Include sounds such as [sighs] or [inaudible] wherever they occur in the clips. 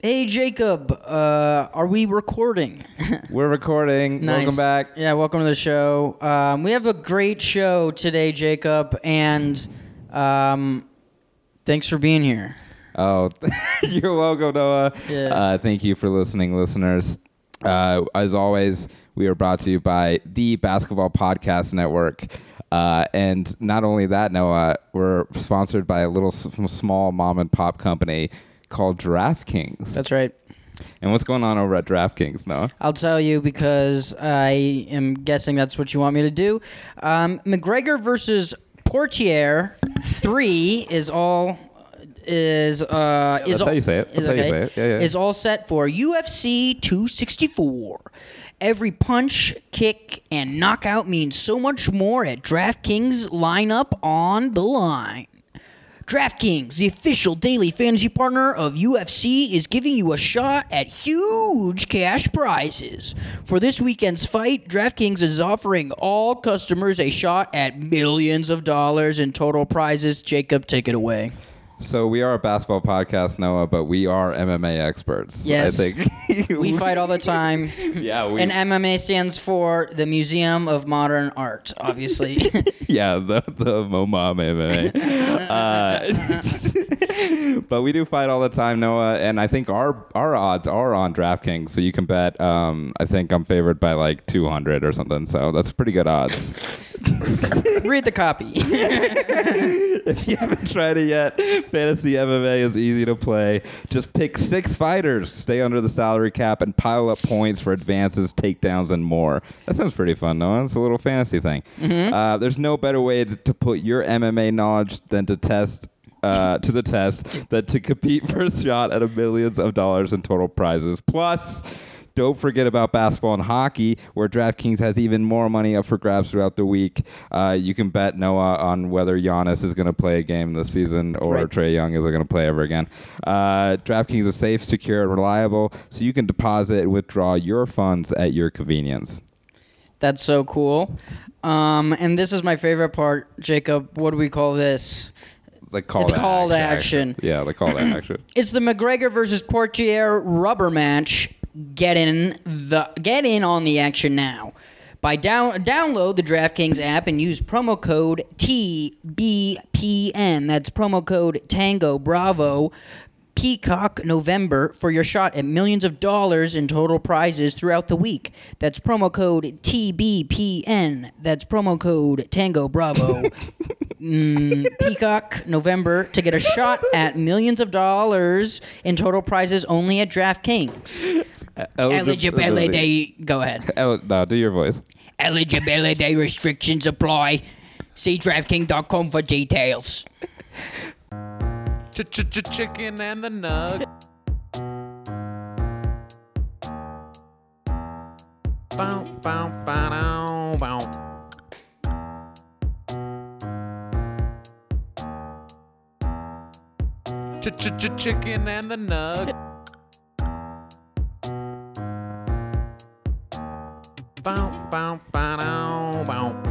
Hey Jacob, uh, are we recording? [laughs] We're recording. Welcome back. Yeah, welcome to the show. Um, we have a great show today, Jacob, and um, thanks for being here. Oh, [laughs] you're welcome, Noah. Yeah. Uh, thank you for listening, listeners. Uh, as always, we are brought to you by the Basketball Podcast Network. Uh, and not only that, Noah, we're sponsored by a little s- small mom and pop company called DraftKings. That's right. and what's going on over at DraftKings, Noah? I'll tell you because I am guessing that's what you want me to do. Um, McGregor versus Portier three is all is uh is that's all, how you say it. is That's how you okay, say it. Yeah, yeah. is all set for UFC 264. Every punch, kick, and knockout means so much more at DraftKings lineup on the line. DraftKings, the official daily fantasy partner of UFC, is giving you a shot at huge cash prizes. For this weekend's fight, DraftKings is offering all customers a shot at millions of dollars in total prizes. Jacob, take it away. So we are a basketball podcast, Noah, but we are MMA experts. Yes. I think [laughs] We fight all the time. Yeah, we And MMA stands for the Museum of Modern Art, obviously. [laughs] [laughs] yeah, the the Momom MMA. uh, [laughs] but we do fight all the time, Noah, and I think our our odds are on DraftKings, so you can bet. Um, I think I'm favored by like 200 or something, so that's pretty good odds. Read the copy. [laughs] [laughs] if you haven't tried it yet, fantasy MMA is easy to play. Just pick six fighters, stay under the salary cap, and pile up points for advances, takedowns, and more. That sounds pretty fun, Noah. It's a little fantasy thing. Uh, there's no better way to, to put your MMA knowledge than to test. Uh, to the test that to compete for a shot at a millions of dollars in total prizes. Plus, don't forget about basketball and hockey, where DraftKings has even more money up for grabs throughout the week. Uh, you can bet Noah on whether Giannis is going to play a game this season or Right. Trey Young is going to play ever again. Uh, DraftKings is safe, secure, and reliable, so you can deposit and withdraw your funds at your convenience. That's so cool. Um, and this is my favorite part, Jacob. What do we call this? The call, The to, call to action. action. Yeah, the call to [coughs] action. It's the McGregor versus Portier rubber match. Get in the get in on the action now. By down download the DraftKings app and use promo code TBPN. That's promo code Tango Bravo Peacock November for your shot at millions of dollars in total prizes throughout the week. That's promo code TBPN. That's promo code Tango Bravo Peacock November to get a shot at millions of dollars in total prizes only at Oh, DraftKings. Eligibility. Go ahead. El- no, do your voice. [laughs] Eligibility restrictions apply. See DraftKings.com for details. Chicken and the nug. Bow, bow, bow, bow. Chicken and the nug. Bow, bow, bow, bow.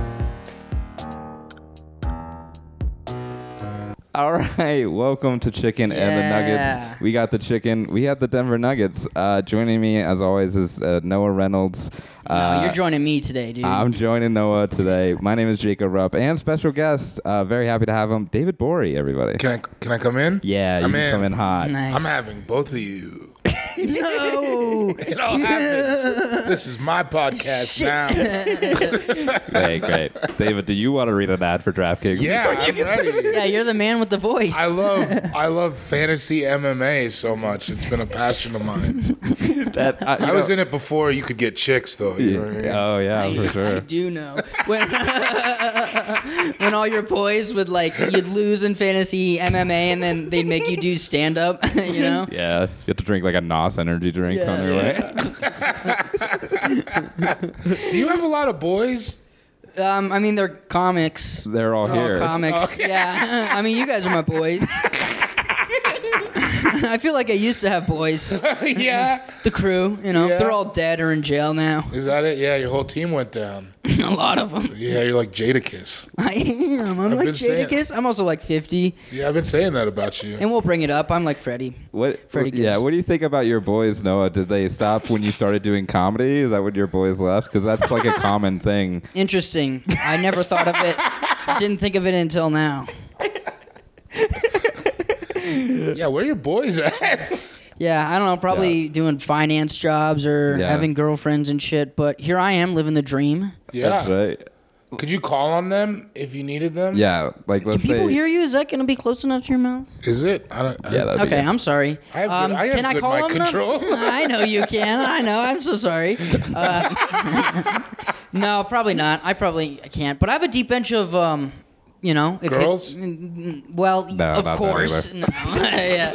All right, welcome to Chicken and the Yeah. Nuggets. We got the chicken. We have the Denver Nuggets. Uh, joining me, as always, is uh, Noah Reynolds. Uh, No, Oh, you're joining me today, dude. I'm joining Noah today. My name is Jacob Rupp, and special guest. Uh, very happy to have him, David Bory. Everybody. Can I can I come in? Yeah, you I'm can in. come in hot. nice. I'm having both of you. [laughs] no. [laughs] It all happens. this is my [laughs] podcast now. Great, [laughs] great. David, do you want to read an ad for DraftKings? Yeah, I'm ready. yeah, you're the man with the voice. I love I love fantasy MMA so much. It's been a passion of [laughs] mine. [laughs] That, I, I was in it before you could get chicks though. You know what I mean? Oh yeah, for I sure. do know. When, [laughs] when all your boys would like you'd lose in fantasy MMA and then they'd make you do stand up, [laughs] you know? Yeah, you have to drink like a Nos energy drink on your way. Do you have a lot of boys? [laughs] Um, I mean, they're comics. They're all They're here. [laughs] all comics. Yeah. I mean, you guys are my boys. [laughs] I feel like I used to have boys. yeah. The crew, you know, Yeah. they're all dead or in jail [laughs] now. Is that it? Yeah, your whole team went down. a lot of them. Yeah, you're like Jadakiss. [laughs] I am. I'm I've like been saying- Jadakiss. I'm also like 50, Yeah, I've been saying that about you. and we'll bring it up. I'm like Freddie. What? Freddie yeah. Gibbs. What do you think about your boys, Noah? Did they stop when you started doing comedy? Is that when your boys left? Because that's [laughs] like a common thing. Interesting. I never thought of it. Didn't think of it until now. Yeah, where are your boys at? [laughs] Yeah, I don't know. Probably doing finance jobs or Yeah. having girlfriends and shit. But here I am living the dream. yeah. That's right. Could you call on them if you needed them? Yeah. Like let's Can people say. hear you? Is that going to be close enough to your mouth? Is it? I don't, I- yeah. That'd Okay, Be I'm sorry. Um, I have good- I have can I good call mic him now? control. [laughs] I know you can. I know. I'm so [laughs] sorry. Uh, [laughs] no, probably not. I probably I can't. But I have a deep bench of, um, you know, if it- Girls? mm. well, No, of not that course. No. [laughs] yeah.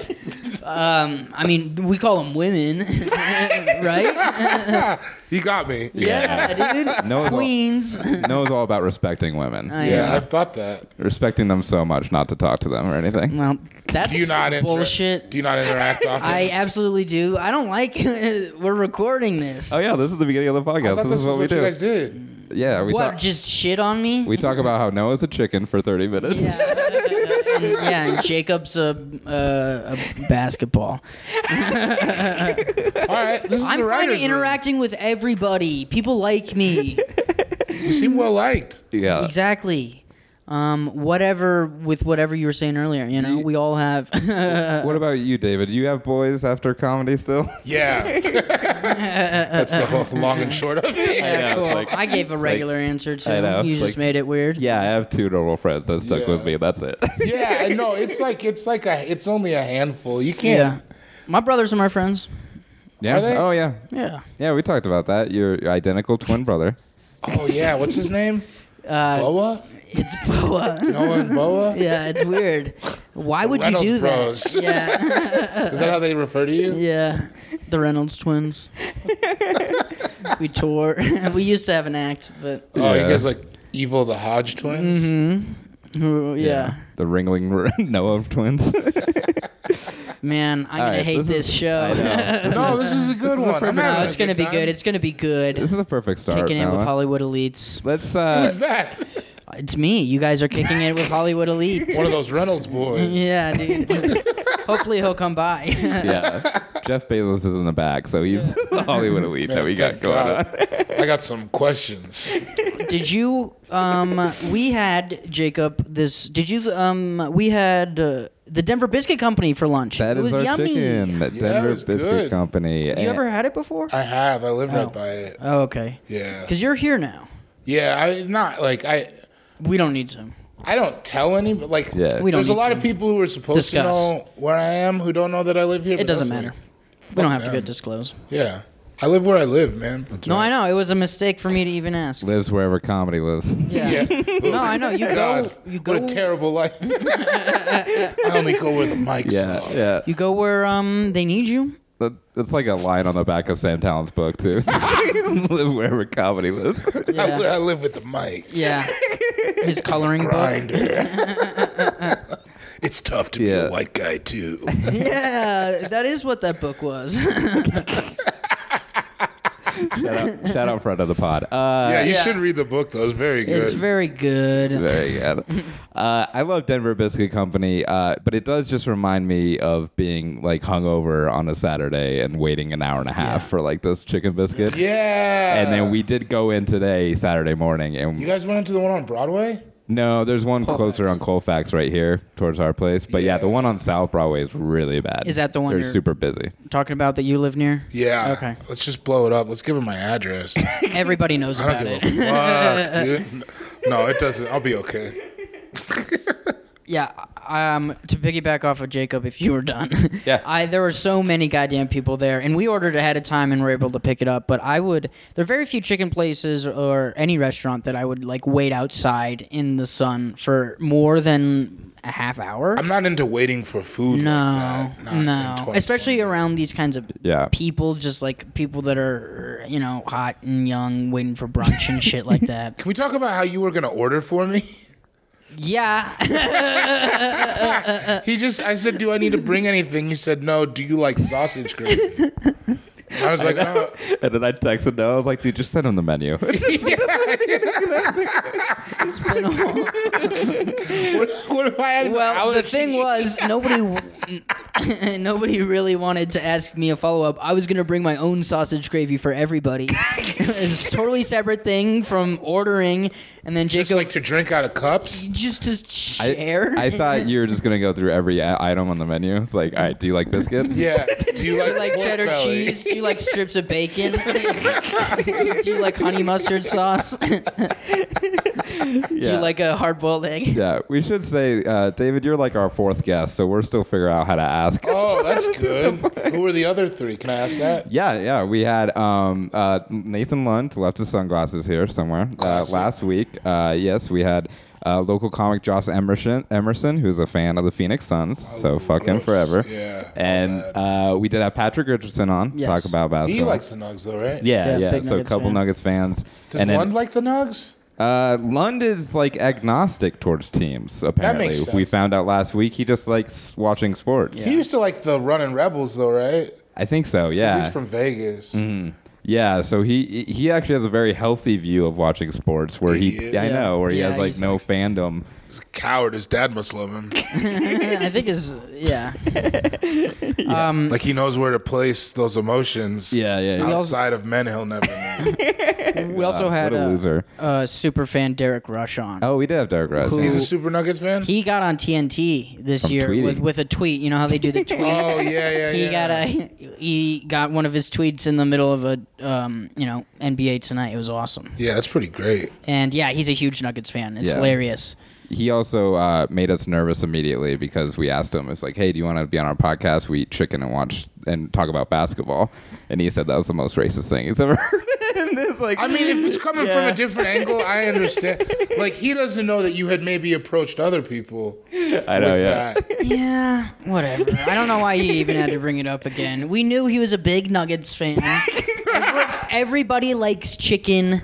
Um, I mean, we call them women, [laughs] [laughs] right? You got me. Yeah. Yeah, dude. No, it's all- Queens. Noah's all about respecting women. I am. I've thought that. Respecting them so much not to talk to them or anything. Well, that's Do you not inter- bullshit. Do you not interact [laughs] often? I absolutely do. I don't like. [laughs] we're recording this. Oh yeah, this is the beginning of the I podcast. thought This is what we what you do. guys did. Yeah, we what? talk. just shit on me? We talk about how Noah's a chicken for 30 minutes. yeah, and, yeah, and Jacob's a, uh, a basketball. All right, this is I'm fine the writers' with interacting with everybody. People like me. room. You seem well liked. [laughs] Yeah. exactly. Um, whatever with whatever you were saying earlier, you know, you- we all have. [laughs] uh, What about you, David? Do you have boys after comedy still? [laughs] Yeah. That's the whole long and short of it. Yeah, know, cool. like- I gave a regular answer I know, to. You just like- made it weird. [laughs] Yeah, I have two normal friends that stuck Yeah. with me. That's it. Yeah, I know. It's like it's like a it's only a handful. You yeah. can't. My brothers are my friends. yeah. Are they? Oh yeah. Yeah. Yeah, we talked about that. Your your identical twin brother. Oh yeah, what's his name? [laughs] Uh, Boa. It's boa. Noah [laughs] and [laughs] Boa. yeah, it's weird. Why would you Reynolds do that? [laughs] Bros. Yeah, Is that how they refer to you? yeah. The Reynolds twins. [laughs] we tore. [laughs] we used to have an act, but Oh, Yeah. you guys like Evil the Hodge twins. [laughs] Mm-hmm. yeah. The Ringling [laughs] Noah [laughs] twins. Man, I'm All gonna right, hate this this, is- show. I know. No, this is a good one. I'm [laughs] having no, a Oh, it's gonna be time. good. It's gonna be good. [laughs] This is a perfect start. Kicking it with Noah. Hollywood elites. Let's uh Who's that? It's me. You guys are kicking it with Hollywood [laughs] elites. One of those Reynolds [laughs] boys. Yeah, dude. Hopefully he'll come [laughs] by. [laughs] yeah. Jeff Bezos is in the back, so he's [laughs] the Hollywood elite that we got Thank going on. [laughs] God. I got some questions. did you um we had jacob this did you um we had uh, the denver biscuit company for lunch That it is was our yummy chicken, have Denver it's Biscuit good. Company. you ever had it before I have. I live Oh. right by it. oh okay Yeah. because you're here now Yeah. I not like I. we don't need to I don't tell any, but like, Yeah. don't We there's a need lot to of people who are supposed discuss. to know where I am who don't know that I live here. it but doesn't that's matter like- we don't have to them. get disclosed yeah, I live where I live, man. no i know it was a mistake for me to even ask lives wherever comedy lives. yeah, [laughs] Yeah. [laughs] no i know you go [laughs] God, you what go a terrible [laughs] life. I only go where the mics Yeah, are. yeah. you go where um they need you That, that's like a line on the back of Sam Talent's book too. [laughs] Live wherever [laughs] comedy lives. I, li- yeah I live with the mic. yeah [laughs] his coloring book Grinder. [laughs] it's tough to be Yeah. a white guy too. [laughs] yeah that is what that book was [laughs] shout, out, shout out front of the pod. Uh, yeah, you yeah. should read the book though. It's very good. it's very good Very good. Uh, I love Denver Biscuit Company, uh, but it does just remind me of being like hungover on a Saturday and waiting an hour and a half for like this chicken biscuit. yeah. And then we did go in today, Saturday morning, and You guys went into the one on Broadway? No, there's one closer on Colfax right here towards our place. But yeah, the one on South Broadway is really bad. Is that the one They're you're- super busy. talking about that you live [laughs] near Yeah. Okay. Let's just blow it up. Let's give him my [laughs] address. I Everybody knows don't about give it. a [laughs] fuck, dude. No, it doesn't. I'll be okay. Yeah. Um, to piggyback off of Jacob, if you were done, [laughs] Yeah. I there were so many goddamn people there, and we ordered ahead of time and were able to pick it up. But I would there are very few chicken places or any restaurant that I would like wait outside in the sun for more than a half hour. I'm not into waiting for food. no, like that. Not in no, 2020. especially around these kinds of Yeah. people, just like people that are you know hot [laughs] and young, waiting for brunch and shit like that. [laughs] Can we talk about how you were going to order for me? yeah. He just, I said, do I need to bring anything? He said, no. Do you [laughs] like sausage gravy? I was like, oh. And then I texted him. I was like, dude, just send him the [laughs] menu. It's been a while. what, what if I had [laughs] an Well, the allergy? thing was, nobody, [laughs] nobody really wanted to ask me a follow up. I was gonna bring my own sausage gravy for everybody. [laughs] it's a totally separate thing from ordering, and then Just Jacob like to drink out [laughs] of cups? just to I- share. I, thought you were just gonna go through every i- item on the menu. It's like, all right, do you [laughs] like biscuits? Yeah. Do you [laughs] Do you like pork cheddar belly? cheese? Do you like strips of [laughs] bacon? Do you like honey mustard sauce? [laughs] Do Yeah. you like a hard boiled egg? [laughs] Yeah, we should say, uh, David, you're like our fourth guest, so we're still figuring out how to ask. [laughs] Oh, that's good. Who are the other three? Can I ask that? Yeah, yeah. We had um, uh, Nathan Lund left his sunglasses here somewhere uh, Classic. last week. Uh, yes, we had uh, local comic Joss Emerson, Emerson, who's a fan of the Phoenix Suns, so fuck him gross. forever. Oh, Yeah, And uh, we did have Patrick Richardson on Yes. talk about basketball. He likes the Nugs, though, right? yeah, Yeah, yeah. big So a Nuggets couple fan. Nuggets fans. Does and then, Lund like the Nugs? Uh, Lund is like agnostic towards teams. Apparently, makes sense. we found out last week he just likes watching sports. He used to like the Running Rebels, though, right? I think so. Yeah, Mm-hmm. He's from Vegas. yeah. So he he actually has a very healthy view of watching sports, where he Yeah. I know where he Yeah, has like he's- no fandom. He's a coward. His dad must love him. [laughs] I think it's [laughs] yeah. like he knows where to place those emotions. Yeah, yeah. yeah. Outside of men, he'll never know. We also had Ah, what a uh, loser. uh, super fan Derek Rush on. Oh, we did have Derek Rose. Who- [laughs] He's a Super Nuggets fan. He got on TNT this From year with, tweeting. with a tweet. You know how they do the tweets. oh yeah, yeah, he yeah. got a he got one of his tweets in the middle of a um, you know NBA tonight. It was awesome. yeah, that's pretty great. And yeah, he's a huge Nuggets fan. It's Yeah. hilarious. He also uh, made us nervous immediately because we asked him, "It's like, hey, do you want to be on our podcast? We eat chicken and watch and talk about basketball." And he said that was the most racist thing he's ever [laughs] heard. And it's like, I mean, if it's coming from a different angle, I understand. Like he doesn't know that you had maybe approached other people. I know, with yeah. that. Yeah, whatever. I don't know why you even had to bring it up again. We knew he was a big Nuggets fan. Every- Everybody likes chicken.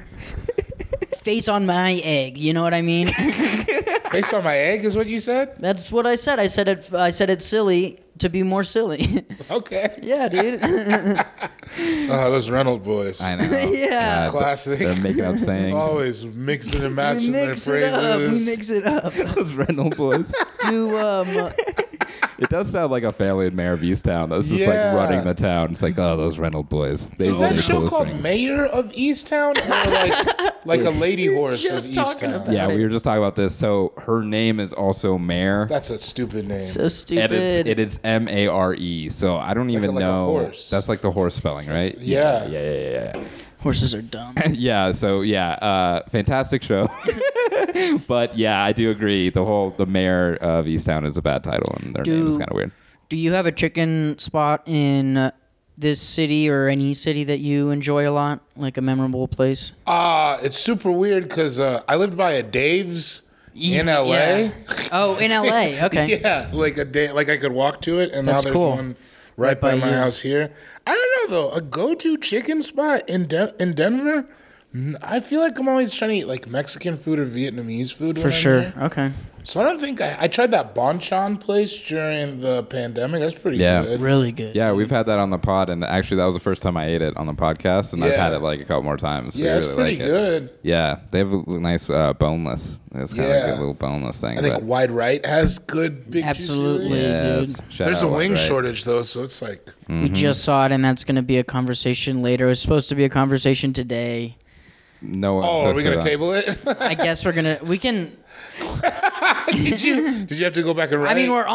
Face on my egg. You know what I mean? Based on my egg is what you [laughs] said. That's what I said. I said it. I said it's silly to be more silly. Okay. yeah, dude. Oh, those Reynolds boys. I [laughs] know. yeah. God, Classic. They're making [laughs] up sayings. Always mixing and matching We mix it their phrases. up. We mix it up. Those Reynolds boys. [laughs] Do um. It does sound like a family in Mayor of Easttown that's just Yeah. like running the town. It's like, oh, those Reynolds boys. They Is that really show pull called strings. Mayor of Easttown or [laughs] like like a lady horse of just talking Easttown? about- Yeah, we were just talking about this. So her name is also Mayor. That's a stupid [laughs] name. So And stupid. it's, it is M A R E. So I don't even like a know. horse. That's like the horse spelling, right? Yeah. Yeah, yeah, yeah. yeah. Horses are dumb. [laughs] Yeah, so yeah, uh, fantastic show. [laughs] but yeah, I do agree. The whole the mayor of Easttown is a bad title, and their name is Do- kind of weird. Do you have a chicken spot in uh, this city or any city that you enjoy a lot, like a memorable place? Uh, it's super weird because uh, I lived by a Dave's in LA. Yeah. [laughs] Yeah. Oh, in [laughs] LA. Okay. like a day, like I could walk to it, and That's now there's cool. one right, by, by my you. house here. I don't know though. A go-to chicken spot in Den in Denver. Mm, I feel like I'm always trying to eat like Mexican food or Vietnamese food. For sure. Okay. So I don't think I, I tried that Bonchon place during the pandemic. That's pretty Yeah. good. Really good. Yeah, we've Mm-hmm. had that on the pod, and actually, that was the first time I ate it on the podcast, and I've Yeah. had it like a couple more times. Yeah, we it's really pretty like it. good. Yeah, they have a l- nice uh, boneless. It's kind of like Yeah. a little boneless thing. I think but- Wide Right has good big juicy Absolutely. wings. Yes. dude. Shout There's out a Wide wing Right. shortage though, so it's like We just saw it, and that's going to be a conversation later. It was supposed to be a conversation today. No one. Oh, are says we gonna that. table it? [laughs] I guess we're gonna. We can. did you did you have to go back and write? I mean, we're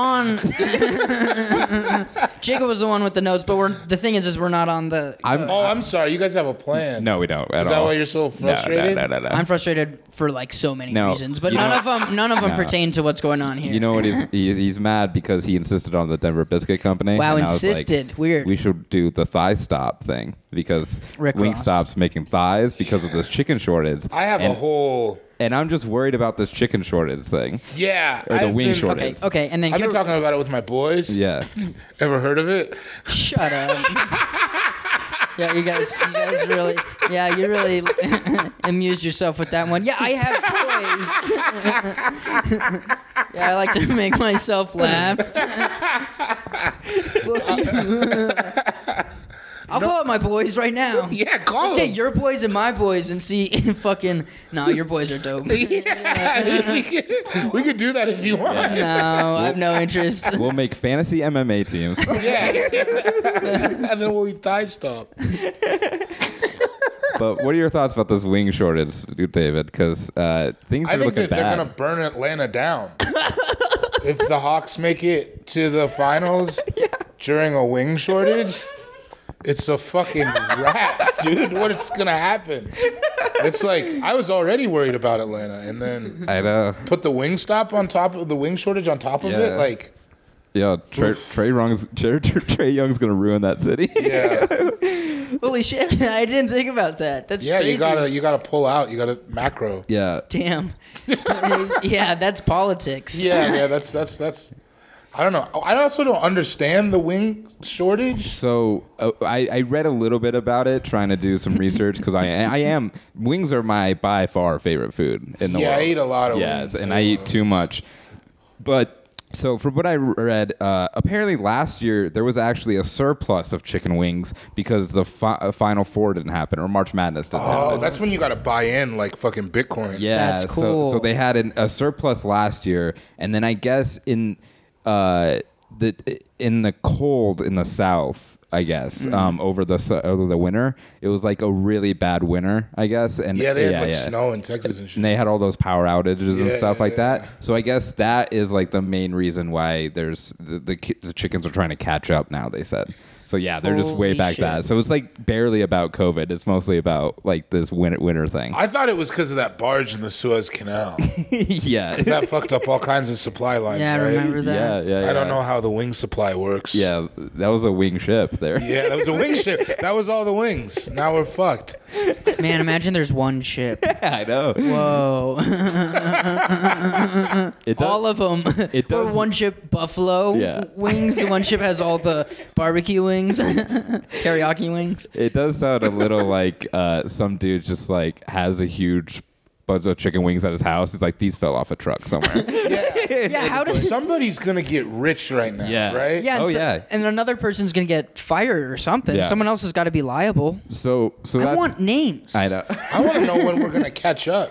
[laughs] on. [laughs] Jacob was the one with the notes, but we're the thing is, is we're not on the. I'm. Oh, I'm sorry. You guys have a plan. no, we don't. At Is that all. why you're so frustrated? No, no, no, no. no. I'm frustrated for like so many No, reasons, but you none know- of them none of them No. pertain to what's going on here. you know what? He's, he's he's mad because he insisted on the Denver Biscuit Company. Wow, and I was like, insisted. Weird. We should do the thigh stop thing because Rick Wing Ross. stops making thighs because of this chicken shortage. I have and, a whole and I'm just worried about this chicken shortage thing. yeah. Or the I've wing been- shortage. okay, is. okay, and then I've here, been talking about it with my boys. [laughs] Yeah. Ever heard of it? [laughs] shut up. yeah, [laughs] you guys, you guys really, yeah, you really amused yourself with that one. Yeah, I have ways. [laughs] yeah, I like to make myself laugh. [laughs] I'll call up my boys right [laughs] now. Yeah, call Let's get them. your boys and my boys and see if fucking. No, your boys are dope. No, Yeah, we, could, we could do that if you want. I have no interest. We'll make fantasy MMA [laughs] teams. and then we'll eat thigh stop. but what are your thoughts about this wing shortage, David? Because uh, things are I think looking that they're bad. going to burn [laughs] Atlanta down. if the Hawks make it to the finals [laughs] during a wing shortage, it's a fucking wrap, [laughs] dude. What is going to happen? It's like, I was already worried about Atlanta, and then I know. put the wing stop on top of the wing shortage on top of Yeah. it. [laughs] Like, Yeah, Trey, Trey, Young's, Trey, Trey Young's gonna ruin that city. yeah. [laughs] Holy shit! [laughs] I didn't think about that. That's Yeah, crazy. you gotta you gotta pull out. You gotta macro. [laughs] yeah. [laughs] Damn. yeah, that's politics. Yeah, yeah, that's that's that's. I don't know. I also don't understand the wing shortage. So uh, I, I read a little bit about it, trying to do some research because I I am wings are my by far favorite food in the Yeah, I world. eat a lot of yes, wings. and I I eat a eat too much. But so from what I read, uh, apparently last year there was actually a surplus of chicken wings because the fi- uh, Final Four didn't happen or March Madness didn't happen. Oh, that's when you gotta buy in like fucking Bitcoin. Yeah, That's So, so cool. they had an, a surplus last year, and then I guess in uh, the in the cold in the South, I guess Mm-hmm. um, over the su- over the winter, it was like a really bad winter, I guess. And Yeah, they had like yeah. snow in Texas and shit. And they had all those power outages and Yeah, stuff yeah, like that. So I guess that is like the main reason why there's the, the, ki- the chickens are trying to catch up now. They said. So yeah, they're just way Holy back shit. that. So it's like barely about COVID. It's mostly about like this winter winter thing. [laughs] I thought it was because of that barge in the Suez Canal. yeah. that fucked up all kinds of supply lines. Yeah, I right? remember that. Yeah, yeah, I don't yeah. know how the wing supply works. Yeah, that was a wing ship there. Yeah, that was a wing ship. That was all the wings. Now we're fucked. Man, imagine there's one [laughs] ship. [laughs] I know. Whoa. [laughs] [laughs] It does- all of them. It Or does- one ship buffalo Yeah. wings. One ship has all the barbecue wings, [laughs] teriyaki wings. it does sound a little like uh, some dude just like has a huge bunch of chicken wings at his house. He's like, these fell off a truck somewhere. Yeah. [laughs] Yeah, how does. Somebody's gonna get rich right now. Yeah. Right. Yeah, and Oh, so- yeah. And another person's going to get fired or something. Yeah. Someone else has got to be liable. so, so I that's. want names. [laughs] I know. I want to know when we're gonna [laughs] catch up.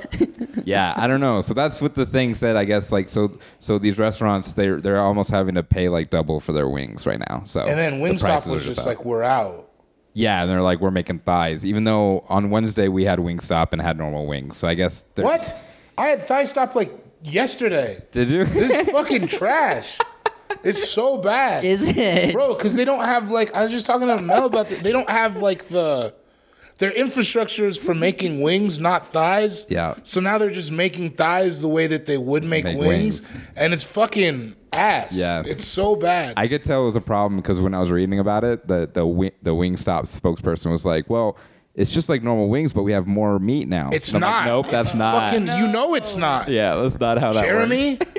yeah, I don't know. So that's what the thing said. I guess like so. So these restaurants, they're they're almost having to pay like double for their wings right now. So And then the Wingstop prices was are just up. like, we're out. yeah, and they're like we're making thighs, even though on Wednesday we had Wingstop and had normal wings. So I guess they're- What? I had thigh stop like yesterday. did you? This [laughs] is fucking trash. It's so bad. Is it? Bro, because they don't have like I was just talking to Mel about that. They don't have like the their infrastructure is for making wings, not thighs. Yeah. So now they're just making thighs the way that they would make, Make wings, wings. and it's fucking ass. Yeah. It's so bad. I could tell it was a problem because when I was reading about it, the the wi- the Wingstop spokesperson was like, "Well, it's just like normal wings, but we have more meat now." it's And I'm not. like, nope, It's that's not. Fucking, you know it's not. yeah, that's not how that works. Jeremy. [laughs]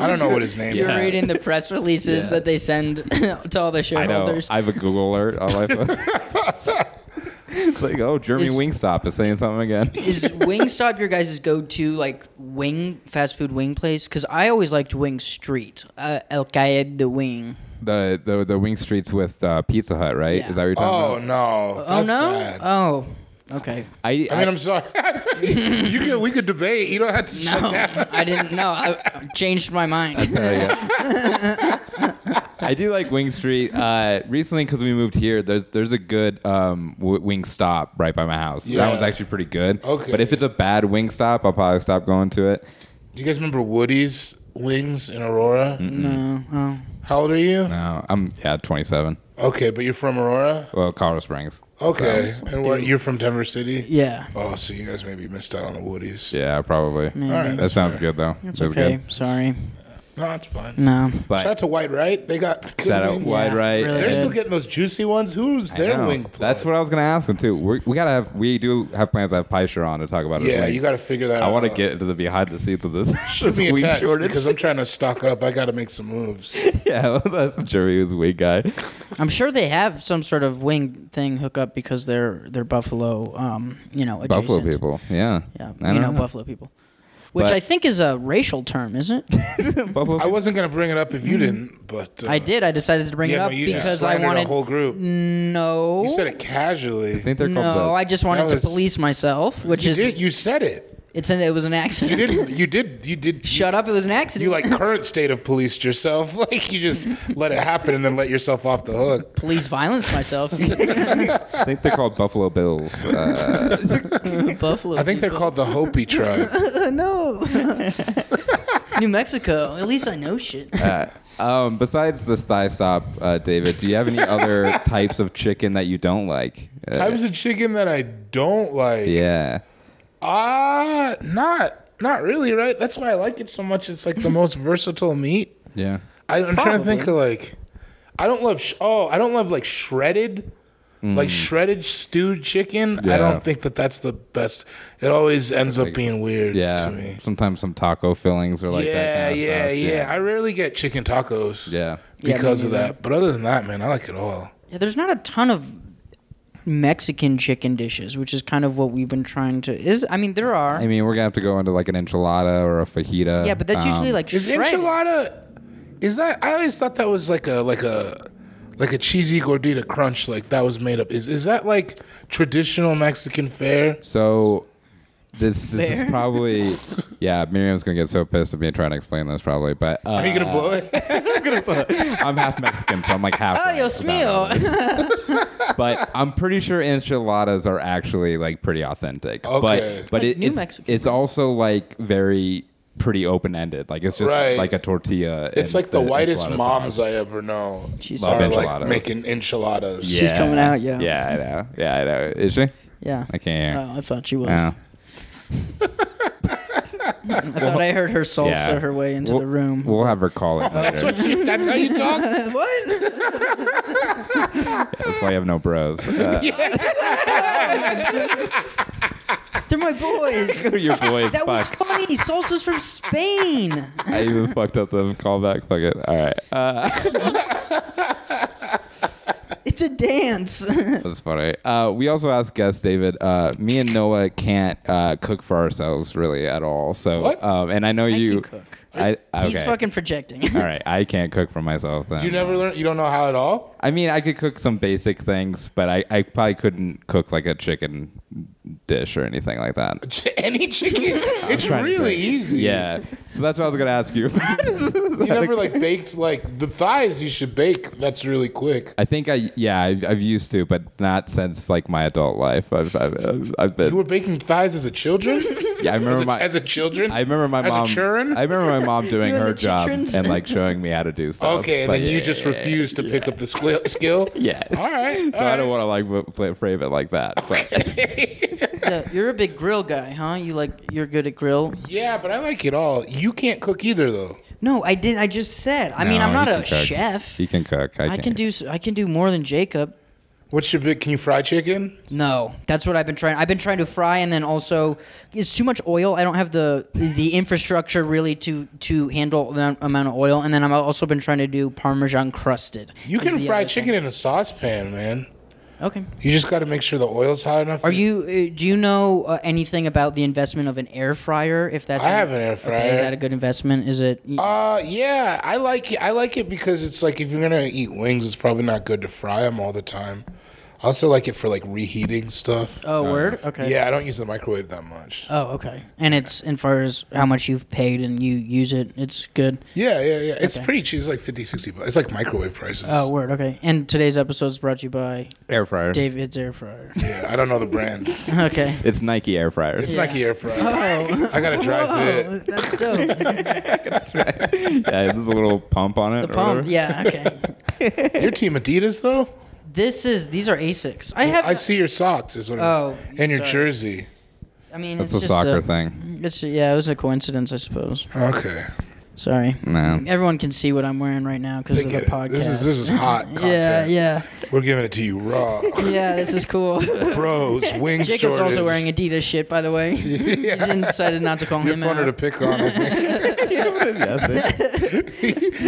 I don't know what his name You're is. reading the press releases that they send [laughs] to all the I know. shareholders. I have a Google alert on my phone. [laughs] it's like, oh, Jeremy Is- Wingstop is saying [laughs] something again. is Wingstop your guys' go-to like wing fast food wing place? Because I always liked Wing Street, uh, El Caed de Wing. the the the Wing Streets with uh, Pizza Hut, right? Yeah. Is that what you're talking Oh about? no. Oh That's no! bad. Oh, [laughs] okay. I, I mean, I'm sorry. you can, we could debate. You don't have to. No, shut down. [laughs] I didn't know. I changed my [laughs] mind. There you go. I do like Wing Street. Uh, recently, because we moved here, there's there's a good um, w- Wing Stop right by my house. That Yeah. one's actually pretty good. Okay. But if it's a bad Wing Stop, I'll probably stop going to it. Do you guys remember Woody's Wings in Aurora? No, oh. How old are you? No, Um, I'm yeah, 27. Okay, but you're from Aurora. Well, Colorado Springs. Okay, and where, you're from Denver City. yeah, Oh, so you guys maybe missed out on the Woody's. Yeah, probably. All right, That that's sounds fair. good though. it's That's okay. good. Sorry, No, that's fine. no. But Shout out to White Right. They got good Mm. shout out wings. wide [laughs] Yeah, right. really They're good. and- still getting those juicy ones. Who's I their know. wing? Plug? That's what I was gonna ask him too. We're, we gotta have we do have plans to have Pisher on to talk about it. Yeah, you got to figure that. I out. want to get into the behind the scenes of this. [laughs] Shoot this me [laughs] a wing text shortage. because I'm trying to stock up. I got to make some moves. yeah, [laughs] that's Jeremy was a weak guy. I'm sure they have some sort of wing thing hookup because they're they're Buffalo, um, you know, adjacent. Buffalo people. Yeah. Yeah, I you don't know, Buffalo people. which But- I think is a racial term, isn't [laughs] it? [laughs] I wasn't gonna bring it up if you Mm. didn't, but uh, I did. I decided to bring Yeah, it up no, you just because I slandered wanted. a whole group. no. You said it casually. I think they're called no, the- I just wanted That was- to police myself, which You is did. You said it. it's an, it was an accident. You didn't. You did. You [laughs] did. Shut up! It was an accident. You like current state of policed yourself. [laughs] Like you just let it happen and then let yourself off the [laughs] hook. police violence myself. [laughs] I [laughs] think they're called Buffalo Bills. Uh, Buffalo. I think they're called the Hopi tribe. no. [laughs] New Mexico. At least I know shit. Uh. um, besides this thigh stop, uh, David, do you have any [laughs] other types of chicken that you don't like? Uh, [laughs] Types of chicken that I don't like. yeah. Ah, not not really, right? That's why I like it so much. It's like the most versatile meat. Yeah. I, I'm trying to think of like, I don't love. Sh- oh, I don't love like shredded, like shredded stewed chicken. I Mm. Yeah. don't think that that's the best. It always ends up being weird Yeah. to me. Sometimes some taco fillings are like yeah, that. Kind of yeah, stuff. yeah, I rarely get chicken tacos. Yeah. Yeah, me because of neither. that. But other than that, man, I like it all. Yeah, there's not a ton of Mexican chicken dishes, which is kind of what we've been trying to. Is I mean there are. I mean, we're gonna have to go into like an enchilada or a fajita. yeah, but that's usually Um, like Is shredded. enchilada? Is that? I always thought that was like a like a like a cheesy gordita crunch. Like that was made up. Is is that like traditional Mexican fare? So this this [laughs] is probably yeah. Miriam's gonna get so pissed at me trying to explain this probably, but uh, Are you gonna blow it? [laughs] I'm half Mexican, so I'm like half. Oh, right Dios about mío. all this. but I'm pretty sure enchiladas are actually like pretty authentic. Okay. But Like but it, New it's, Mexican. it's also like very pretty open ended. Like it's just Right. like a tortilla. [laughs] It's and like the whitest enchilada moms sauce. I ever know She's Love are like enchiladas. making enchiladas. She's coming out, yeah. Yeah, I know. Yeah, I know. Is she? [laughs] Yeah. I can't hear. Oh, I thought she was. Oh. I thought I heard her salsa Yeah. her way into We'll- the room. We'll have her call [laughs] it. That's later. what. You, [laughs] that's how you [laughs] talk. what? That's why you have no [laughs] bros. Uh, They're my [laughs] boys. your [laughs] boys. That was fuck. funny. Salsa's from Spain. I even fucked up the callback. Fuck it. All right. Uh, It's a [laughs] dance. that's funny. Uh, we also asked guest David. Uh, me and Noah can't uh, cook for ourselves really at all. So, What? Um, and I know you. can cook. I, okay. He's fucking projecting. All right. I can't cook for myself then. You never learn. You don't know how at all. [laughs] I mean, I could cook some basic things, but I, I probably couldn't cook like a chicken dish or anything like [laughs] that. Ch- Any [laughs] chicken. It's trying to really think. easy. Yeah. So that's what I was gonna ask you. [laughs] You never like baked like the thighs. You should bake. That's really quick. I think I yeah I, I've used to, but not since like my adult life. I've I've, I've been You were baking thighs as a children. [laughs] yeah. [laughs] I remember As a, my as a children. I remember my as mom. A children? I remember my mom doing [laughs] You and her the job chitrons. and like showing me how to do stuff. okay, and But then you yeah, just yeah, refused to pick up the squil- skill. [laughs] Yeah. All right. yeah. So I don't want to like w- fla- frame it like that. But Yeah, you're a big grill guy, huh? You like you're good at grill. Yeah, but I like it all. You can't cook either though. No, I didn't. I just said. [laughs] I mean, No, I'm you not can a cook. chef. you can cook. I, I can't. can do. s- I can do more than Jacob. What's your big? Can you fry chicken? No, that's what I've been trying. I've been trying to fry, and then also it's too much oil. I don't have the the infrastructure really to to handle the amount of oil. And then I've also been trying to do Parmesan crusted. You is can the fry other chicken in a saucepan, man. thing. Okay. You just got to make sure the oil's hot enough. Are you? Uh, do you know uh, anything about the investment of an air fryer? If that's I an- have an air Okay, is fryer. that a good investment? Is it? Uh, yeah, I like it. I like it because it's like if you're gonna eat wings, it's probably not good to fry them all the time. I also like it for like reheating stuff. oh, Uh, word. Okay. Yeah, I don't use the microwave that much. Oh, okay. And it's as far as how much you've paid and you use it, it's good. Yeah, yeah, yeah. It's pretty cheap. It's like 50, 60 bucks. It's like microwave prices. Oh, word. Okay. And today's episode is brought to you by air fryers. David's Air Fryer. [laughs] Yeah, I don't know the brand. okay. [laughs] It's Nike air It's fryers. Nike air fryer. Oh, I [laughs] gotta drive it. that's [laughs] dope. [laughs] yeah, there's a little pump on it. The or pump. whatever. Yeah. Okay. Your team Adidas though. This is. These are Asics. I have. I see your socks is what. I'm- Oh, and your sorry. jersey. I mean, That's it's a just soccer a, [laughs] thing. It's yeah. It was a coincidence, I suppose. Okay, Sorry. [laughs] No. Everyone can see what I'm wearing right now because they of the get it. podcast. This is this is [laughs] hot yeah, content. yeah, We're giving it to [laughs] you raw, yeah. This is [laughs] cool. [laughs] bros. Wing Jacob's shortage. also wearing Adidas shit, by the way. [laughs] [laughs] Yeah. He decided not to call You're him funner out. to pick on. I think. [laughs]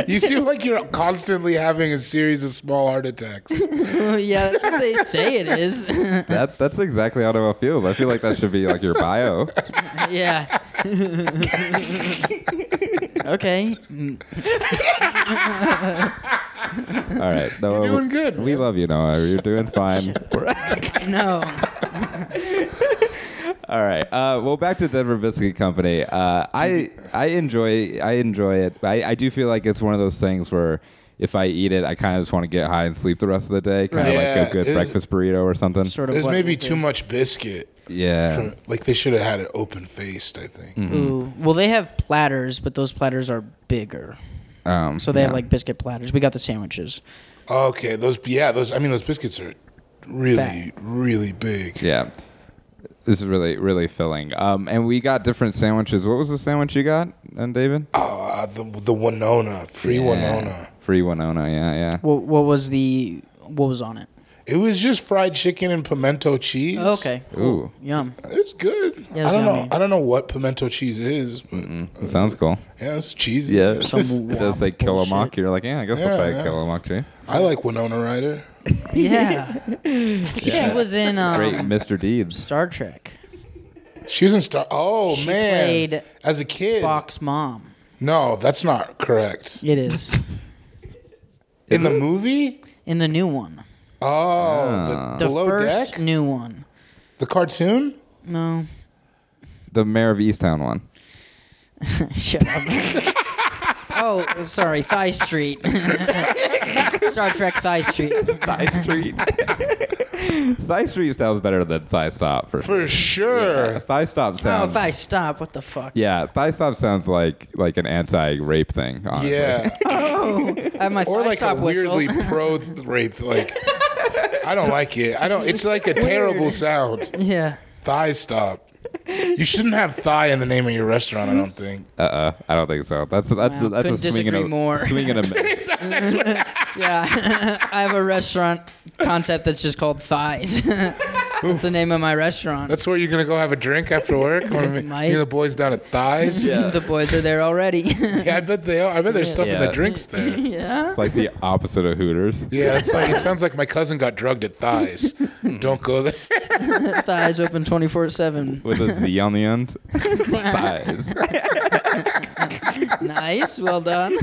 You seem like you're constantly having a series of small heart attacks. [laughs] yeah, that's what they say it is. [laughs] that that's exactly how Noah feels. I feel like that should be like your bio. yeah. [laughs] Okay. All right, Noah, doing good, We man. love you, Noah. You're [laughs] doing fine. No. All right. Uh, well, back to Denver Biscuit Company. Uh, I I enjoy I enjoy it. I, I do feel like it's one of those things where if I eat it, I kind of just want to get high and sleep the rest of the day, kind of Right. like Yeah, a good it- breakfast burrito or something. Sort of. There's what maybe we too much biscuit. Yeah. From, like they should have had it open faced. I think. do. Ooh. Well, they have platters, but those platters are bigger. Um, So they have yeah. like biscuit platters. We got the sandwiches. Okay, those yeah, those I mean those biscuits are really Fat. really big. yeah. This is really really filling. Um, and we got different sandwiches. What was the sandwich you got, and David? Oh, uh, the the Winona, free Winona. Free Winona. Yeah, yeah. What, what was the what was on it? It was just fried chicken and pimento cheese. Oh, Okay. Cool. Ooh, Yum. It was good. Yeah, it was I don't yummy. know. I don't know what pimento cheese is, but that sounds cool. yeah, it's cheesy. Some [laughs] it does say wop Killamock. bullshit. You're like, yeah, I guess I'll Yeah, play yeah. Killamock too. I like Winona Ryder. [laughs] Yeah. She was in um, [laughs] Great, Mr. Deeds. Star Trek. She was in Star. Oh She man, played as a kid. Spock's mom. No, that's not correct. It is In the movie. [laughs] in the new one. Oh, the, The below first deck, new one. the cartoon. No. [laughs] The mayor of Easttown one. Shut [laughs] up. oh, sorry, Thigh Street. [laughs] Star Trek Thigh [laughs] Street. Thigh Street. [laughs] Thigh Street sounds better than Thigh Stop for, For sure. sure. Thigh Stop Oh, sounds. Thigh Stop. What the fuck? yeah, Thigh Stop sounds like like an anti-rape thing. Honestly. Yeah. [laughs] I have my or Thigh like a Stop whistle. weirdly pro rape. Like I don't like it. I don't. It's like a terrible sound. [laughs] yeah. Thigh stop. You shouldn't have thigh in the name of your restaurant. I don't think. Uh-uh, I don't think so. That's that's Wow, that's a couldn't swing and disagree a more. swing and a miss. Yeah. [laughs] I have a restaurant concept that's just called Thighs. [laughs] that's the name of my restaurant. That's where you're gonna go have a drink [laughs] after work. When me- Might. you know, the boys down [laughs] at thighs. Yeah. Yeah. the boys are there already. [laughs] I bet they are. I bet there's stuff in Yeah. the drinks there. yeah. It's like the opposite of Hooters. Yeah, it's like it sounds like my cousin got drugged at thighs. Hmm. Don't go there. [laughs] Thighs open 24 7. With a Z on the end. Thighs. Nice. Well done.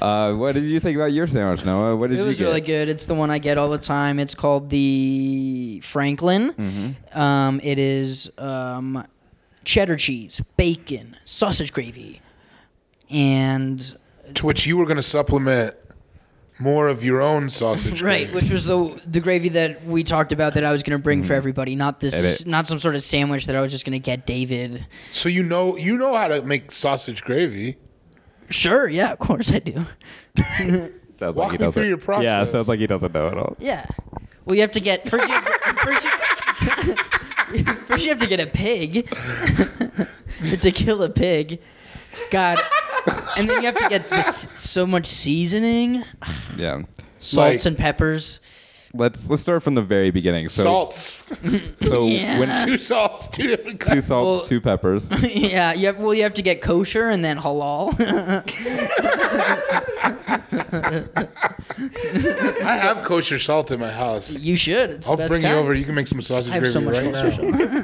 Uh, what did you think about your sandwich, Noah? What did It you was get? really good. It's the one I get all the time. It's called the Franklin. Mm-hmm. Um, it is um, cheddar cheese, bacon, sausage gravy, and To which you were gonna supplement more of your own sausage. right, gravy. which was the the gravy that we talked about that I was going to bring for everybody. Not this, Mm-hmm. Edit. not some sort of sandwich that I was just going to get David. So you know you know how to make sausage gravy. Sure, yeah, of course I do. Sounds Walk me through your process. Yeah, sounds like he doesn't know at all. Yeah. Well, you have to get first. You have to, first, you, first you [laughs] have to get a pig [laughs] to kill a pig. God. And then you have to get this, so much seasoning, Yeah. salts Like- and peppers. [laughs] Let's let's start from the very beginning. So salts. [laughs] so Yeah. when two salts, two different two kinds. salts, Well- [laughs] two peppers. yeah. You have, well, you have to get kosher and then halal. [laughs] I have kosher salt in my house. you should. It's the I'll best bring kind. you over. You can make some sausage I have gravy so much right kosher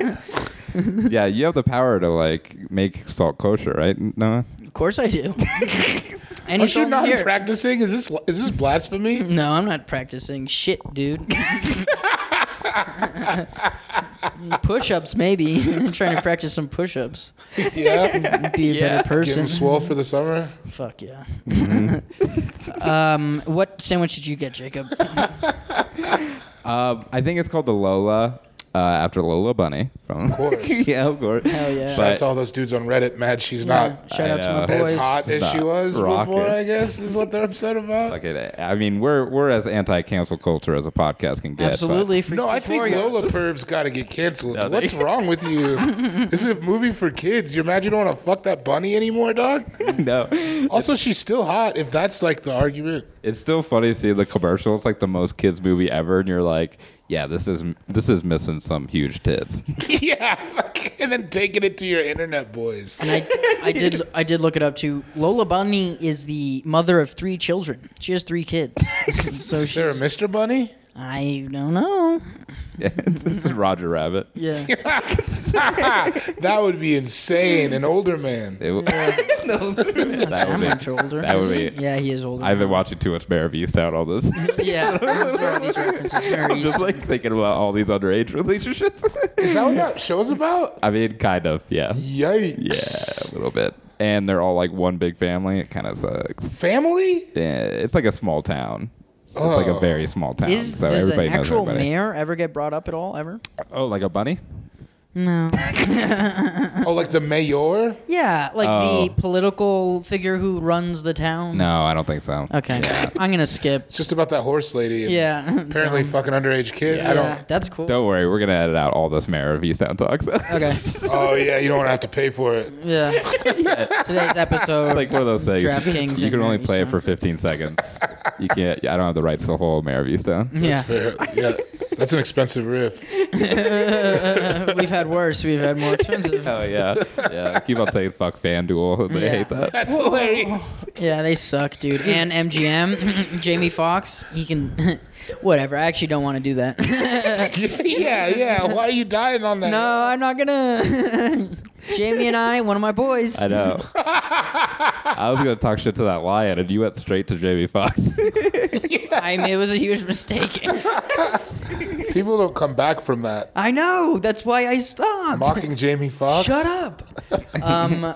now. yeah, you have the power to like make salt kosher, right, Noah? Of course I [laughs] do. and Aren't he's you not here. practicing? Is this is this [laughs] blasphemy? no, I'm not practicing shit, dude. [laughs] [laughs] push-ups, maybe. [laughs] trying to practice some push-ups. Yeah, be a better person. getting swole for the summer. Fuck yeah. Mm-hmm. [laughs] um, what sandwich did you get, Jacob? Um, I think it's called the Lola uh, after Lola Bunny. From of course. [laughs] yeah, of course. Hell yeah. But- That's all those dudes on Reddit mad she's not Uh, Shout out to I my know. boys. as hot as she Not was before. rocket. I guess is what they're upset about. Fuck it. I mean, we're we're as anti-cancel culture as a podcast can get. but- Absolutely. free no, I speech think warriors. Lola Perv's got to get canceled. No, they- What's wrong with [laughs] you? this is a movie for kids. You're mad you don't want to fuck that bunny anymore, [laughs] dog. [laughs] no, Also, she's still hot. If that's like the argument. it's still funny to see the commercial. It's like the most kids movie ever, and you're like, yeah, this is this is missing some huge tits. [laughs] [laughs] yeah. fuck, and then taking it to your internet boys. [laughs] And I, I did I did look it up too. Lola Bunny is the mother of three children. She has three [laughs] kids. so Is there a she's, Mr. Bunny? I don't know. this is Roger Rabbit. [laughs] Yeah. That would be insane. An older man. It w- [laughs] [laughs] No, that How would be- much older? that would is he? be- Yeah, he is older. I've been watching too much Mayor of Easttown all this. [laughs] Yeah, that's [laughs] where all these references I'm very just like thinking about all these underage [laughs] relationships. Is that what that show's about? I mean, kind of, yeah. Yeah, Yikes. a little bit. And they're all like one big family. It kind of sucks. Family? Yeah, it's like a small town. It's like a Oh. very small town. Is so does everybody an knows actual everybody. mayor ever get brought up at all? Ever? Oh, like a bunny? No. Oh, like the mayor? Yeah, like Oh. the political figure who runs the town. No, I don't think so. Okay, [laughs] I'm gonna skip. It's just about that horse lady. and Yeah. Apparently, Dumb. fucking underage kid. [laughs] I Yeah, don't. that's cool. Don't worry, we're gonna edit out all this Mayor of Easttown talks. [laughs] Okay. Oh yeah, you don't want to have to pay for it. Yeah. Today's episode. like one of those things. DraftKings you and can only Mayor of play it Easttown. for 15 seconds. You can't. I don't have the rights to the whole Mayor of Easttown. yeah, Fair. Yeah, that's an expensive riff. [laughs] we've had worse. We've had more expensive. Oh [laughs] yeah, yeah. Keep on saying fuck FanDuel. [laughs] They Yeah. hate that. That's hilarious. Yeah, they suck, dude. And MGM, [laughs] Jamie Foxx, he can. [laughs] whatever. I actually don't want to do that. [laughs] yeah, yeah. Why are you dying on that? no, I'm not gonna. [laughs] Jamie and I, one of my boys. I [laughs] know. I was gonna talk shit to that lion, and you went straight to Jamie [laughs] Fox. I mean, it was a huge [laughs] mistake. People don't come back from that. I know. That's why I stopped. Mocking Jamie Foxx. Shut [laughs] up. Um,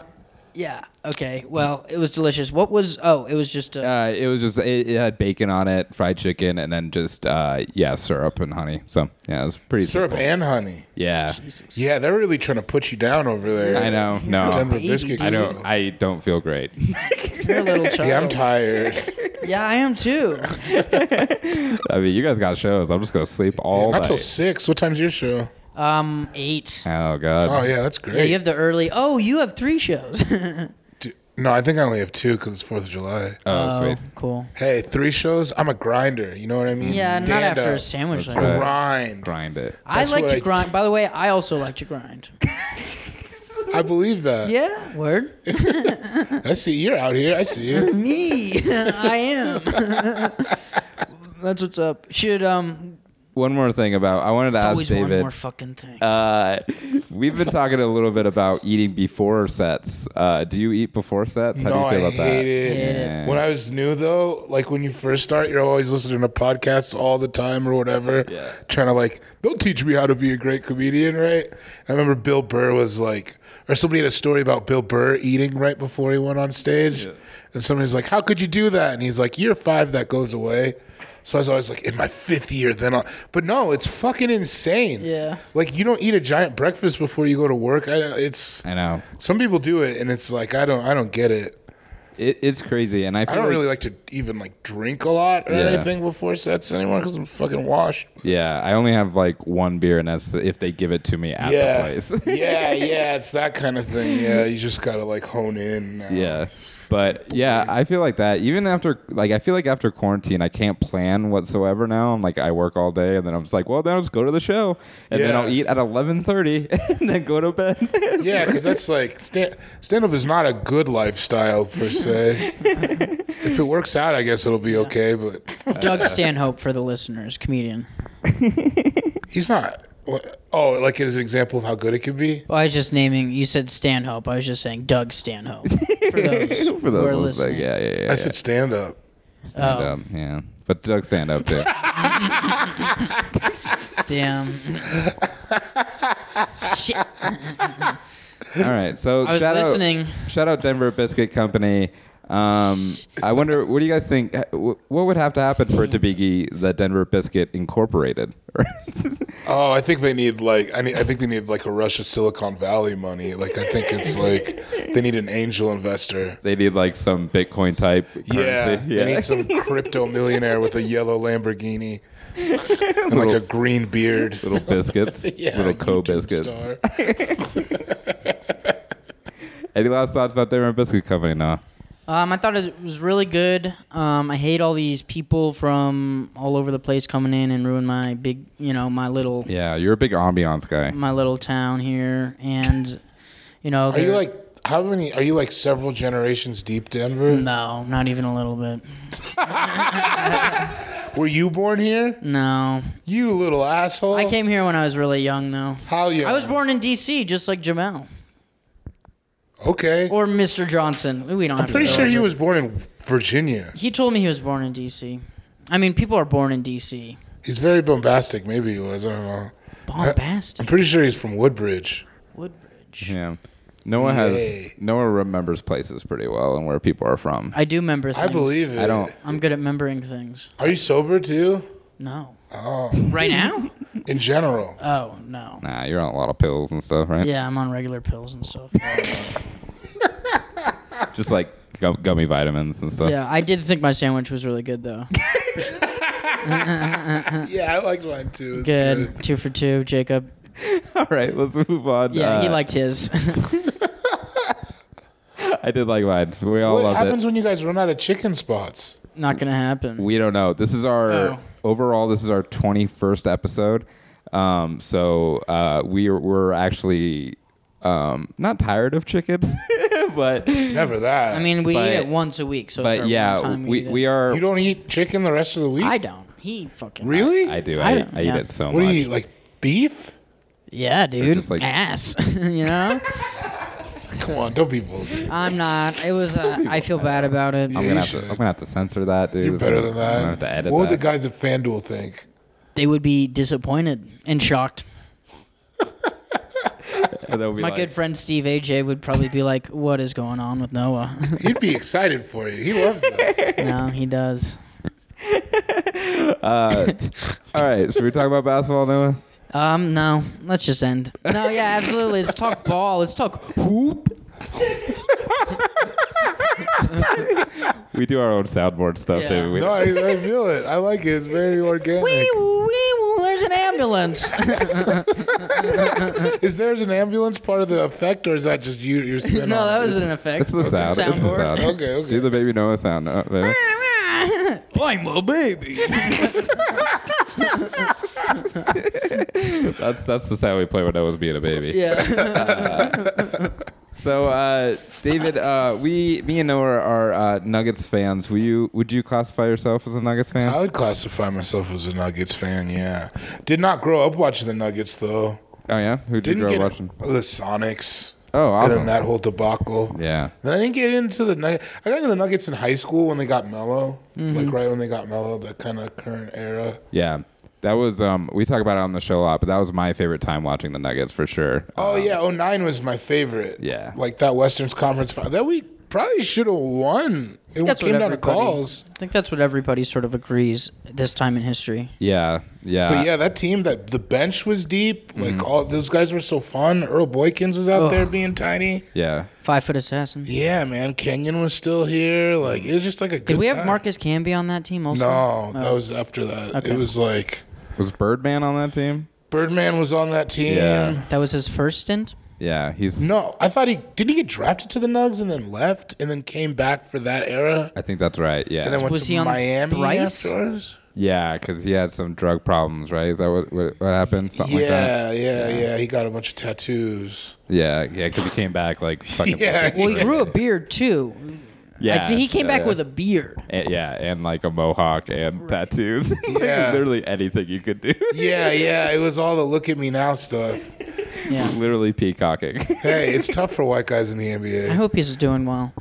yeah. Okay. Well, it was delicious. What was? Oh, it was just. A, uh, it was just it, it had bacon on it, fried chicken, and then just uh, yeah, syrup and honey. So yeah, it was pretty Syrup simple. and honey. yeah, Yeah, they're really trying to put you down over there. I know. Denver No, Baby, biscuit. I Girl. don't. I don't feel great. You're a little child. Yeah, I'm tired. Yeah, I am too. I mean, you guys got shows. I'm just gonna sleep [laughs] all Not till night. six. What time's your show? Um, eight. Oh god. Oh yeah, that's Yeah, great. you have the early. Oh, you have three shows. [laughs] D- No, I think I only have two because it's Fourth of July. oh sweet. cool. Hey, three shows. I'm a grinder. You know what I mean? Yeah, not Stand after up. a sandwich. Like right. that. Grind. grind it. I That's like what to I- grind. By the way, I also like to [laughs] grind. I believe that. Yeah. Word. I see you're out here. I see you. Me. [laughs] I am. [laughs] That's what's up. Should um. One more thing about I wanted to ask Always one David. more fucking thing. uh, we've been talking a little bit about eating before sets. Uh, do you eat before sets? How no, do you feel I about that? hate it. Hate it. Yeah. When I was new though, like when you first start, you're always listening to podcasts all the time or whatever. Yeah. Trying to like, they'll teach me how to be a great comedian, right? I remember Bill Burr was like, or somebody had a story about Bill Burr eating right before he went on stage. And somebody's like, How could you do that? And he's like, Year five, that goes away. So I was always like, in my fifth year, then I'll. But no, it's fucking insane. Yeah. Like, you don't eat a giant breakfast before you go to work. I, it's. I know Some people do it, and it's like I don't, I don't get it. it, it's crazy, and I feel I don't like, really like to even like drink a lot or Yeah. anything before sets anymore because I'm fucking washed. yeah. I only have like one beer, and that's the, if they give it to me at Yeah, the place. [laughs] [laughs] yeah, yeah. It's that kind of thing. Yeah, you just gotta like hone in. Now. Yeah. But yeah, I feel like that. Even after, like, I feel like after quarantine, I can't plan whatsoever now. I'm like, I work all day, and then I'm just like, well, then I'll just go to the show, and then Yeah. I'll eat at 11:30, [laughs] and then go to bed. [laughs] yeah, because that's like stand stand up is not a good lifestyle per [laughs] se. if it works out, I guess it'll be okay. But Doug Stanhope for the listeners, comedian. he's not. What, oh, like as an example of how good it could be. Well, I was just naming. You said Stanhope. I was just saying Doug Stanhope. For those, [laughs] For who those, are ones, like, listening. yeah, yeah, yeah. I yeah. said stand up. Stand Oh. up, yeah. But Doug stand up [laughs] too. [laughs] Damn. Shit. All right, so I was shout listening. out, shout out Denver Biscuit Company. Um, I wonder, what do you guys think? wh- What would have to happen for it to be the Denver Biscuit Incorporated? [laughs] Oh, I think they need like I need, I think they need like a rush of Silicon Valley money. Like I think it's like they need an angel investor. they need like some Bitcoin type Yeah, currency. they need some crypto millionaire with a yellow Lamborghini and like a green beard. [laughs] little biscuits, [laughs] Yeah, little co YouTube biscuits. star. Any last thoughts about Denver Biscuit Company? No. Um, I thought it was really good. Um, I hate all these people from all over the place coming in and ruin my big, you know, my little Yeah, you're a big ambiance guy. Mm. my little town here. And you know, Are you they're- like how many? Are you like several generations deep, Denver? no, not even a little bit. Were you born here? No, You little asshole. I came here when I was really young, though. How you? I was born in D.C., just like Jamel Okay. or Mr. Johnson. We don't. I'm have pretty to go sure he over- was born in Virginia. He told me he was born in D.C. I mean, people are born in D.C. He's very bombastic. Maybe he was. I don't know. I'm Bombastic, pretty sure he's from Woodbridge. Woodbridge. Yeah. Noah has Yay. Noah remembers places pretty well and where people are from. I do remember. Things. I believe it. I don't. I'm good at remembering things. Are you sober too? No. Oh. Right now? In general. Oh no. Nah, you're on a lot of pills and stuff, right? Yeah, I'm on regular pills and [laughs] stuff. Just like gu- gummy vitamins and stuff. yeah, I did think my sandwich was really good though. Yeah, I liked mine too. It's Good. two for two, Jacob. [laughs] All right, let's move on. Yeah, he Uh, liked his. [laughs] I did like mine. We all What loved happens it. when you guys run out of chicken spots? Not gonna happen. We don't know. This is our Oh. overall. This is our 21st episode. Um, so uh, we are, we're actually um, not tired of chicken, [laughs] but Never that. I mean, we eat But- it once a week, so it's but our one yeah, time we, eat we it. are. you don't eat chicken the rest of the week? I don't. He fucking. Really? I do. I I, I, don't- yeah. eat it so What much. do you eat? Like beef? Yeah, dude. just like- Ass. [laughs] you know. Come on, don't be vulgar. I'm not. It was. Uh, I feel bad about it. I'm gonna, You have to, should. I'm gonna have to censor that, dude. You're It's better gonna- than I'm gonna that. have to edit what would the that. guys at FanDuel think? They would be disappointed and shocked. And [laughs] they'll be My like, good friend Steve AJ would probably be like, "What is going on with Noah?" [laughs] He'd be excited for you. He [laughs] loves that. no, he does. All right, should we talk about basketball, Noah? Um, no. Let's just end. No, yeah, absolutely. Let's talk ball. Let's talk hoop. We do our own soundboard stuff, Yeah. too. We, no, I, I feel it. I like it. It's very organic. There's an [laughs] ambulance. Is there an ambulance part of the effect, or is that just you? Your spin no, on that it? was an effect. It's the sound. It's the sound. Okay, okay. Do the baby Noah sound, Uh, Noah, baby. I'm a baby. That's that's the sound we play when Noah's being a baby. [laughs] Yeah. So, uh, David, uh, we, me and Noah are uh, Nuggets fans. Will you? Would you classify yourself as a Nuggets fan? I would classify myself as a Nuggets fan. Yeah, did not grow up watching the Nuggets though. oh yeah. Who did you Didn't grow up get watching? the Sonics. Oh, And awesome. then that whole debacle. Yeah. Then I didn't get into the Nuggets. I got into the Nuggets in high school when they got mellow, like right when they got mellow, that kind of current era. Yeah. That was um. We talk about it on the show a lot, but that was my favorite time watching the Nuggets for sure. Oh yeah, 09 was my favorite. Yeah. like that Western's Conference final that we probably should have won. It That's came what down to everybody- calls. I think that's what everybody sort of agrees this time in history. Yeah. Yeah. But yeah, that team that the bench was deep. Like all those guys were so fun. Earl Boykins was out Ugh. there being tiny. yeah. Five foot assassin. Yeah, man. Kenyon was still here. Like it was just like a good. Did we have time. Marcus Camby on that team also? No, that was after that. Okay. It was like Was Birdman on that team? Birdman was on that team. Yeah. That was his first stint. Yeah. He's. No, I thought he did. He get drafted to the Nugs and then left, and then came back for that era, I think that's right. Yeah. and then went Was to he on Miami thrice? afterwards. Yeah, because he had some drug problems, right? Is that what what, what happened? Something like that. yeah, yeah, yeah, He got a bunch of tattoos. Yeah, yeah, because he came back [laughs] like fucking. Yeah. Well, he grew a beard too. yeah. Like, he came back yeah. with a beard. And- yeah, and like a mohawk and tattoos. [laughs] Like, Yeah. literally anything you could do. [laughs] Yeah, yeah. It was all the look at me now stuff. Yeah. literally peacocking. [laughs] Hey, it's tough for white guys in the I NBA. hope he's doing well.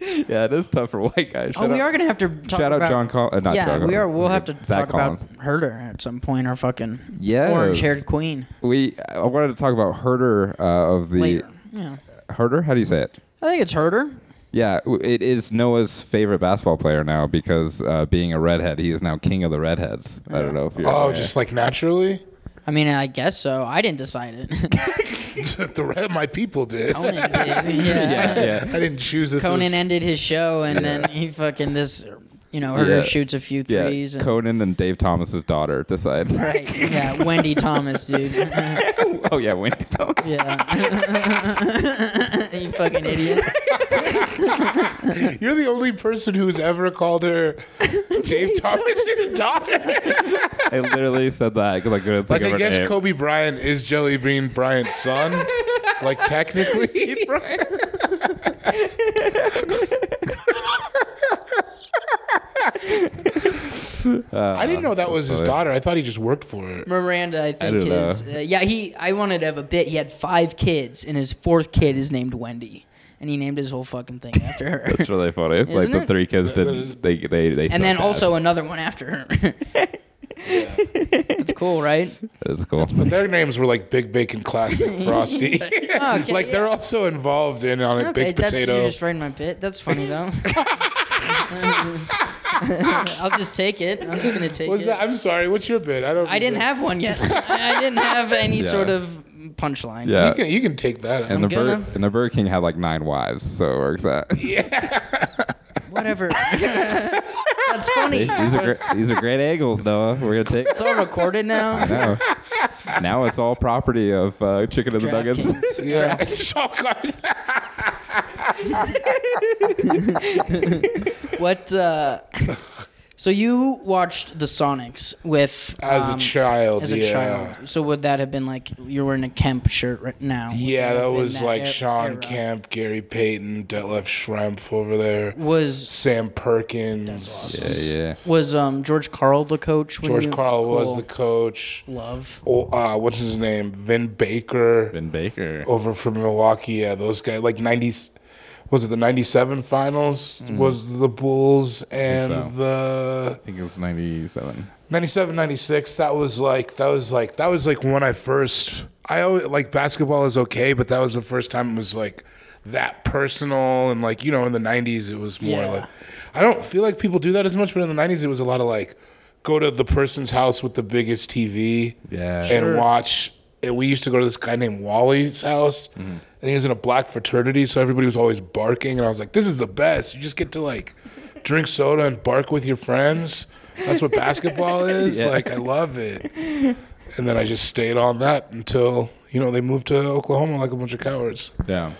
yeah, it is tough for white guys. Oh, Shout we out- are gonna have to talk Shout out about John Col- uh, not yeah, John Collins. we are. We'll have to [laughs] talk Zach Collins. about Herder at some point, our fucking Yes. orange-haired queen. We I wanted to talk about Herder uh, of the Later, yeah, Herder. How do you say it? I think it's Herder. Yeah, w- it is Noah's favorite basketball player now because uh, being a redhead, he is now king of the redheads. I don't know if you're Oh, aware. just like naturally, [laughs] I mean, I guess so. I didn't decide it. [laughs] the re my people did. Conan did. Oh, Yeah. yeah, yeah. [laughs] I didn't choose this. Conan list. ended his show, and then he fucking this You know, Herder Yeah. shoots a few Yeah, threes. and, Conan and Dave Thomas's daughter decide. right. Yeah, Wendy Thomas, dude. [laughs] [laughs] oh yeah, [laughs] Wendy Thomas. yeah. [laughs] you fucking idiot. [laughs] You're the only person who's ever [laughs] called her Dave Thomas's daughter. I literally said that because I couldn't think Like, of I her guess name. Kobe Bryant is Jelly Bean Bryant's son. like, [laughs] technically. I didn't know that was his funny. daughter. I thought he just worked for her. Miranda, I think don't know. is uh, yeah. He I wanted to have a bit. He had five kids, and his fourth kid is named Wendy, and he named his whole fucking thing after [laughs] her. It's really funny. like the it? three kids is- didn't. They they they. and then also another one after her. [laughs] It's cool, right? It's cool. But their names were like Big [laughs] Bacon Classic Frosty. Okay, [laughs] like, they're also involved in on a okay, baked that's you potato. just read my bit. That's funny [laughs] though. [laughs] I'll just take it. I'm just gonna take What's it. that? I'm sorry. What's your bid? I don't. I didn't have one [laughs] yet. I I didn't have any Yeah. sort of punchline. Yeah. You can, you can take that. And the Bur- gonna- and the Burger King had like nine wives, so it works [laughs] out. [laughs] Whatever. that's funny. these are great, these are great angles, Noah. We're gonna take. It's all recorded now. [laughs] No. Now it's all property of uh, chicken and the nuggets. DraftKings. yeah. [laughs] It's all gone. What? Uh, so you watched the Sonics with As a um, child. As a yeah. child, so would that have been like you're wearing a Kemp shirt right now? Would Yeah, have that been was that like e- Sean era? Kemp, Gary Payton, Detlef Schrempf over there, Was Sam Perkins. [laughs] Yeah, yeah. was um, George Carl the coach? When George you- Carl was Cool. the coach. love. Oh, uh, what's his name? Vin Baker Ben Baker. over from Milwaukee. Yeah, those guys. Like 90, was it the 97 finals? Was the Bulls and Mm-hmm. so. the I think it was ninety-seven. 97 96 that was like that was like that was like when i first i always like basketball is okay but that was the first time it was like that personal and like you know in the 90s it was more Yeah. like i don't feel like people do that as much but in the 90s it was a lot of like go to the person's house with the biggest tv Yeah. and watch and we used to go to this guy named wally's house and he was in a black fraternity so everybody was always barking and i was like this is the best you just get to like drink soda and bark with your friends that's what basketball is like i love it and then i just stayed on that until you know they moved to oklahoma like a bunch of cowards Yeah.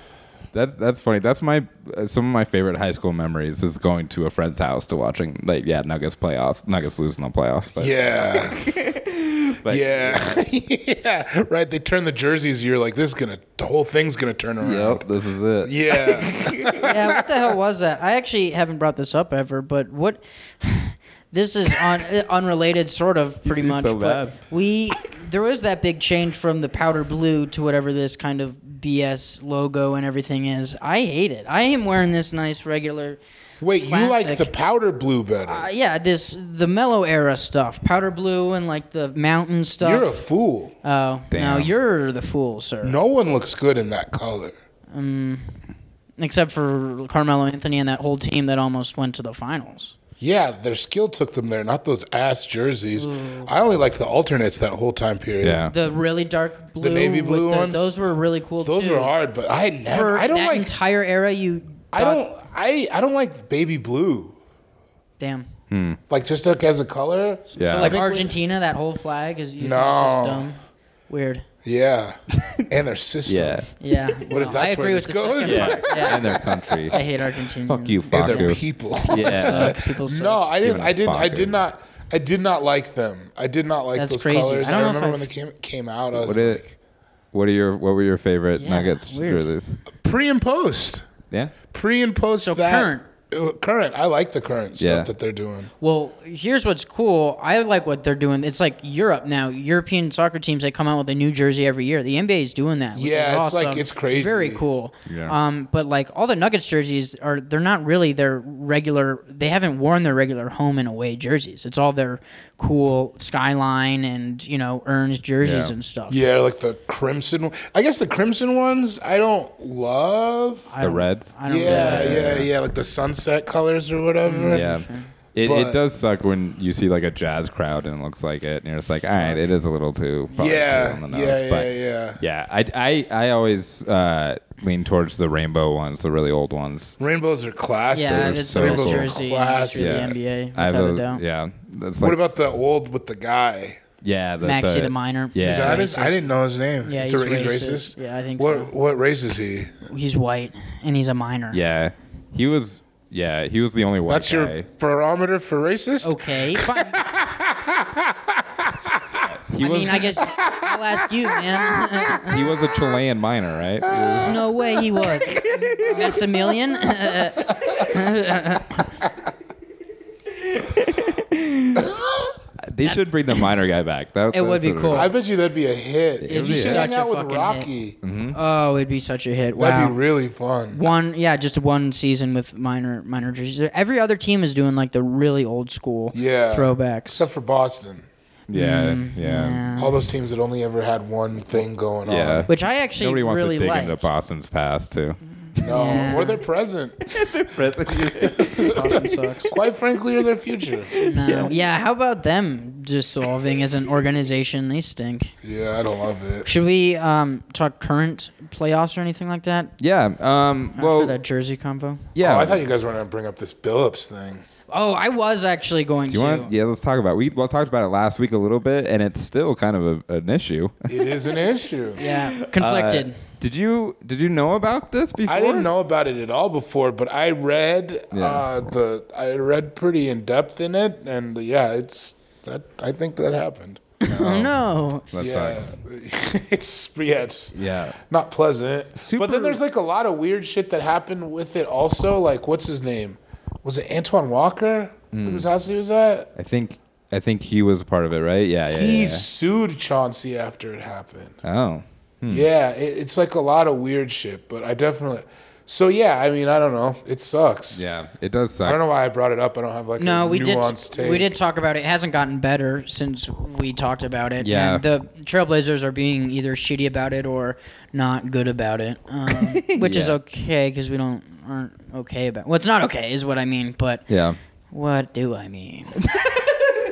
That's that's funny. That's my uh, some of my favorite high school memories is going to a friend's house to watching like yeah Nuggets playoffs Nuggets losing the playoffs. But yeah But- yeah [laughs] yeah right they turn the jerseys you're like this is gonna the whole thing's gonna turn around Yep, this is it. yeah yeah, what the hell was that? I actually haven't brought this up ever, but what? [sighs] This is on [laughs] unrelated, sort of, pretty seem much. so but bad. we there was that big change from the powder blue to whatever this kind of BS logo and everything is. I hate it. I am wearing this nice regular. Wait, you like Classic. the powder blue better? Uh, yeah, this the mellow era stuff, powder blue and like the mountain stuff. You're a fool. oh no, Damn. you're the fool, sir. No one looks good in that color. Except for Carmelo Anthony and that whole team that almost went to the finals. Yeah, their skill took them there, not those ass jerseys. Mm. I only liked the alternates that whole time period. Yeah. The really dark blue, navy with blue ones? Those were really cool. Those too. were hard, but I For never I don't that like entire era, you. I thought- don't I I don't like baby blue. Damn. Like just like as a color. Yeah. So like think we- Argentina, that whole flag is used No. it's just dumb. Weird. [laughs] Yeah. and their system. yeah. Yeah. What if No, that's I where agree this with goes? the second Yeah. part. Yeah. And their [laughs] country. I hate Argentina. Fuck you, And their fuck you. people. [laughs] Yeah. Suck. People suck. [laughs] no, I didn't Giving I a didn't I fuck, did dude. not I did not like them. I did not like That's those crazy. colors. I I, don't know if remember I- when they came came out. I was What is? like, What are your What were your favorite Yeah, Nuggets weird. jerseys? pre and post. Yeah. pre and post So that- current. Uh, current i like the current stuff Yeah. that they're doing Well, here's what's cool. I like what they're doing. It's like Europe now. European soccer teams they come out with a new jersey every year. The NBA is doing that. Which Yeah, is it's like- awesome. it's crazy. Very cool. Yeah. Um, but like all the Nuggets jerseys are they're not really their regular. They haven't worn their regular home and away jerseys. It's all their cool skyline and you know Earns jerseys Yeah. and stuff. yeah like the crimson i guess the crimson ones i don't love I The don't- Reds. I don't yeah, really- yeah, yeah, like the sunset colors or whatever. Mm, Yeah. It, it But- does suck when you see like a jazz crowd and it looks like it, and you're just like, all right, it is a little too probably too Yeah, on the yeah, nose, yeah, but yeah. yeah. I I I always uh, lean towards the rainbow ones, the really old ones. Rainbows are classic. so- Yeah, it is so the West cool. Jersey, Class, Class, Jersey yeah. NBA, I without have a a- doubt. yeah, that's What like about the old with the guy? yeah, the, Maxie the, the Miner. Is Yeah. that his? I didn't know his name. Yeah, It's he's a- he's racist. racist. Yeah, I think what, so. What race is he? He's white and he's a minor. Yeah, he was. Yeah, he was the only white That's guy. your barometer for racist? [laughs] Okay. Fine. I he was. mean, I [laughs] guess I'll ask you, man. he was a Chilean miner, [laughs] right? Ah. no way he was. [laughs] Massimilian? they should bring the miner guy back. That, It would that's be what cool. I bet you that'd be a hit. It'd be you should hang such a out with fucking Rocky. oh, it'd be such a hit. Wow. That'd be really fun. one yeah just one season with minor minor jerseys every other team is doing like the really old school Yeah. throwbacks Except for Boston. Yeah, yeah. Mm, Yeah. All those teams that only ever had one thing going Yeah. which i actually Nobody wants really to dig like into Boston's past too. on. No, Yeah. or their present. [laughs] Boston sucks Quite frankly, or their future. no. [laughs] yeah. how about them dissolving as an organization they stink Yeah, I don't love it. should we um talk current playoffs or anything like that Yeah. Um. Well. after that jersey combo yeah. Oh, I thought you guys were going to bring up this Billups thing. oh i was actually going Do you to want? Yeah. Let's talk about. It. We well talked about it last week a little bit, and it's still kind of a, an issue. It is an issue. [laughs] Yeah, conflicted Uh, did you Did you know about this before? I didn't know about it at all before, but I read Yeah. uh, the I read pretty in depth in it, and yeah, it's that I think that happened. oh no That yeah, sucks. [laughs] it's yeah, it's Yeah. not pleasant. Super- But then there's like a lot of weird shit that happened with it. Also, like what's his name? Was it Antoine Walker? Hmm. Whose house he was at? I think I think he was a part of it, right? Yeah. Yeah. He yeah. sued Chauncey after it happened. Oh. Yeah, it, it's like a lot of weird shit, but I definitely. So yeah, I mean, I don't know. It sucks. Yeah. It does suck. I don't know why I brought it up. I don't have like No, a we did. nuanced take. We did talk about it. It hasn't gotten better since we talked about it. Yeah. And the Trailblazers are being either shitty about it or not good about it, um, [laughs] which is Yeah. okay because we don't aren't okay about. Well, it's not okay, is what I mean. But Yeah. what do I [laughs] mean,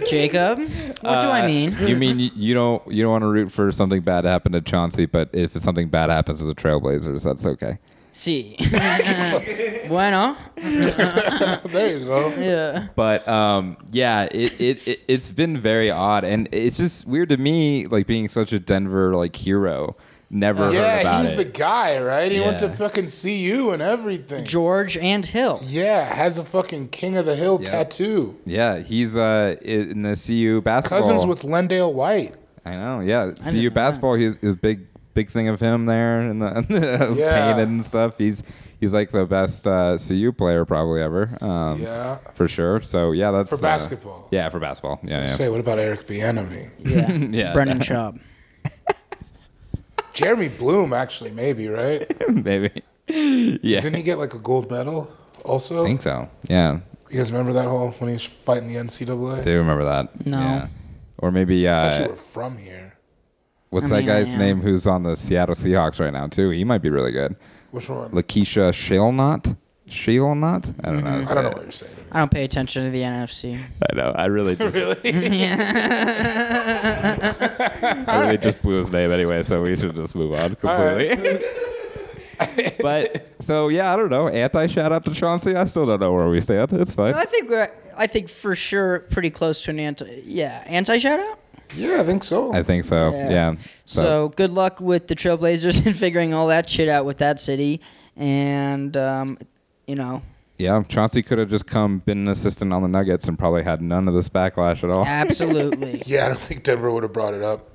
Jacob? What do I Uh, mean? [laughs] You mean you, you don't you don't want to root for something bad to happen to Chauncey, but if something bad happens to the Trailblazers, that's okay. See, [laughs] bueno. [laughs] there you go. Yeah. But um, yeah, it, it, it it's been very odd, and it's just weird to me, like being such a Denver like hero. Never heard Yeah, about he's it. the guy, right? He went to Yeah. fucking CU and everything. George and Hill. Yeah, has a fucking King of the Hill Yeah. tattoo. yeah, he's uh i- in the CU basketball. Cousins with Lendale White. I know. Yeah, know CU that. basketball. He's is big big thing of him there and the, [laughs] Yeah. painted and stuff. He's he's like the best uh, CU player probably ever. Um, Yeah. for sure. So yeah, that's For uh, basketball. yeah, for basketball. Yeah, yeah. Say, what about Eric Bieniemy? [laughs] Yeah. [laughs] Yeah. Brendan Schaub. Jeremy Bloom, actually, maybe, right? maybe. [laughs] Yeah, Didn't he get like a gold medal? Also, I think so. Yeah, you guys remember that whole when he was fighting the NCAA? I do remember that. No. Yeah. Or maybe I thought you uh, were from here. what's I that mean, I guy's am. name who's on the Seattle Seahawks right now too? He might be really good. Which one? Lakeisha Shilnot. Shilnot? I Mm-hmm. don't know. how to I don't say know it. what you're saying. I don't pay attention to the NFC. I know. I [laughs] really [laughs] just Really? I [laughs] really just blew his name anyway, so we should just move on [laughs] completely. but so yeah, I don't know. Anti shout out to Chauncey. I still don't know where we stand. It's fine. I think we're, I think for sure pretty close to an anti yeah anti shout out. yeah, I think so. I think so. Yeah. Yeah. So. good luck with the Trailblazers [laughs] and figuring all that shit out with that city, and um, you know Yeah, Chauncey could have just come, been an assistant on the Nuggets, and probably had none of this backlash at [laughs] all. absolutely. yeah, I don't think Denver would have brought it up.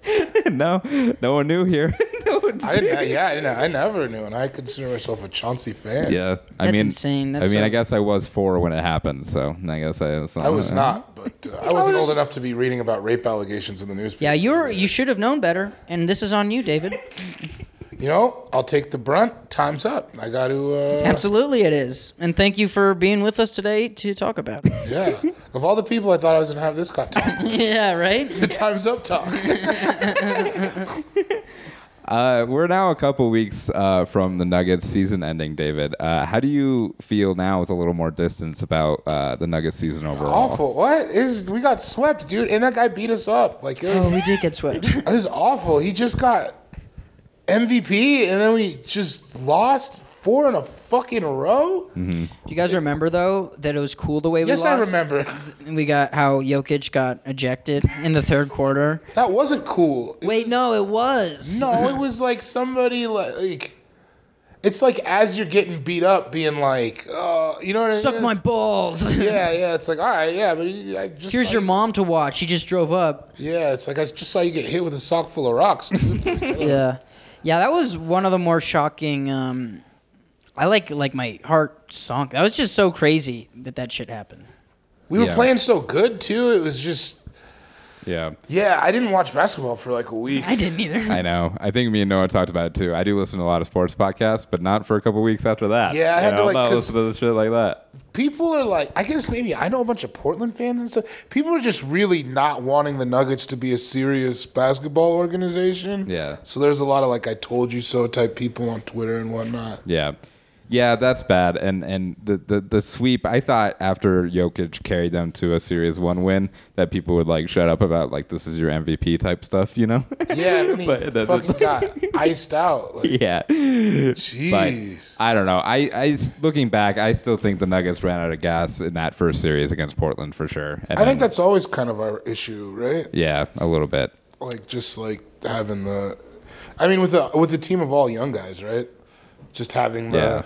[laughs] no, no one [laughs] knew here. no one. I didn't. Yeah, I didn't. I never knew, and I consider myself a Chauncey fan. Yeah, I That's mean, insane. I That's mean, so- I guess I was four when it happened, so I guess I was. I was not, but [laughs] uh, I wasn't was- old enough to be reading about rape allegations in the newspaper. yeah, you're you should have known better, and this is on you, David. You know, I'll take the brunt. Time's up. I got to. Uh, Absolutely, it is. And thank you for being with us today to talk about [laughs] it. Yeah. Of all the people, I thought I was gonna have [laughs] this kind of talk. [laughs] yeah, right. the time's up talk. Uh, we're now a couple weeks uh, from the Nuggets season ending, David. Uh, how do you feel now with a little more distance about uh, the Nuggets season overall? Awful. What is? We got swept, dude, and that guy beat us up. Like it Oh, was, we did get [laughs] swept. it was awful. He just got MVP, and then we just lost four in a fucking row. you guys remember though that it was cool the way Yes, we I lost. [laughs] remember. We got how Jokic got ejected in the third quarter. That wasn't cool. Wait, no, it was. No, [laughs] it was like somebody like, like- it's like as you're getting beat up, being like, uh, you know what I mean? Suck my It's- [laughs] balls. Yeah, yeah. It's like, all right, yeah, but you- I just Here's saw your you- mom to watch. She just drove up. Yeah, it's like I just saw you get hit with a sock full of [laughs] rocks, dude. Yeah, yeah, that was one of the more shocking. Um, I like like my heart sunk. That was just so crazy that that shit happened. we were Yeah. playing so good too. It was just, Yeah. yeah. I didn't watch basketball for like a week. I didn't either. I know. I think me and Noah talked about it too. I do listen to a lot of sports podcasts, but not for a couple weeks after that. Yeah, I had You to, know, like, I'm not 'cause- listen to the shit like that. People are like, I guess maybe I know a bunch of Portland fans and stuff. People are just really not wanting the Nuggets to be a serious basketball organization. Yeah. So there's a lot of like I told you so type people on Twitter [laughs] and whatnot. Yeah. Yeah, that's bad. And and the, the, the sweep, I thought after Jokic carried them to a series one win that people would like shut up about like this is your MVP type stuff, you know? [laughs] Yeah, and he But that- fucking [laughs] got iced out. Like, yeah. But jeez. I don't know. I, I looking back, I still think the Nuggets ran out of gas in that first series against Portland for sure. And I think then- that's always kind of our issue, right? yeah, a little bit. Like just like having the, I mean, with a with a team of all young guys, right? Just having the Yeah.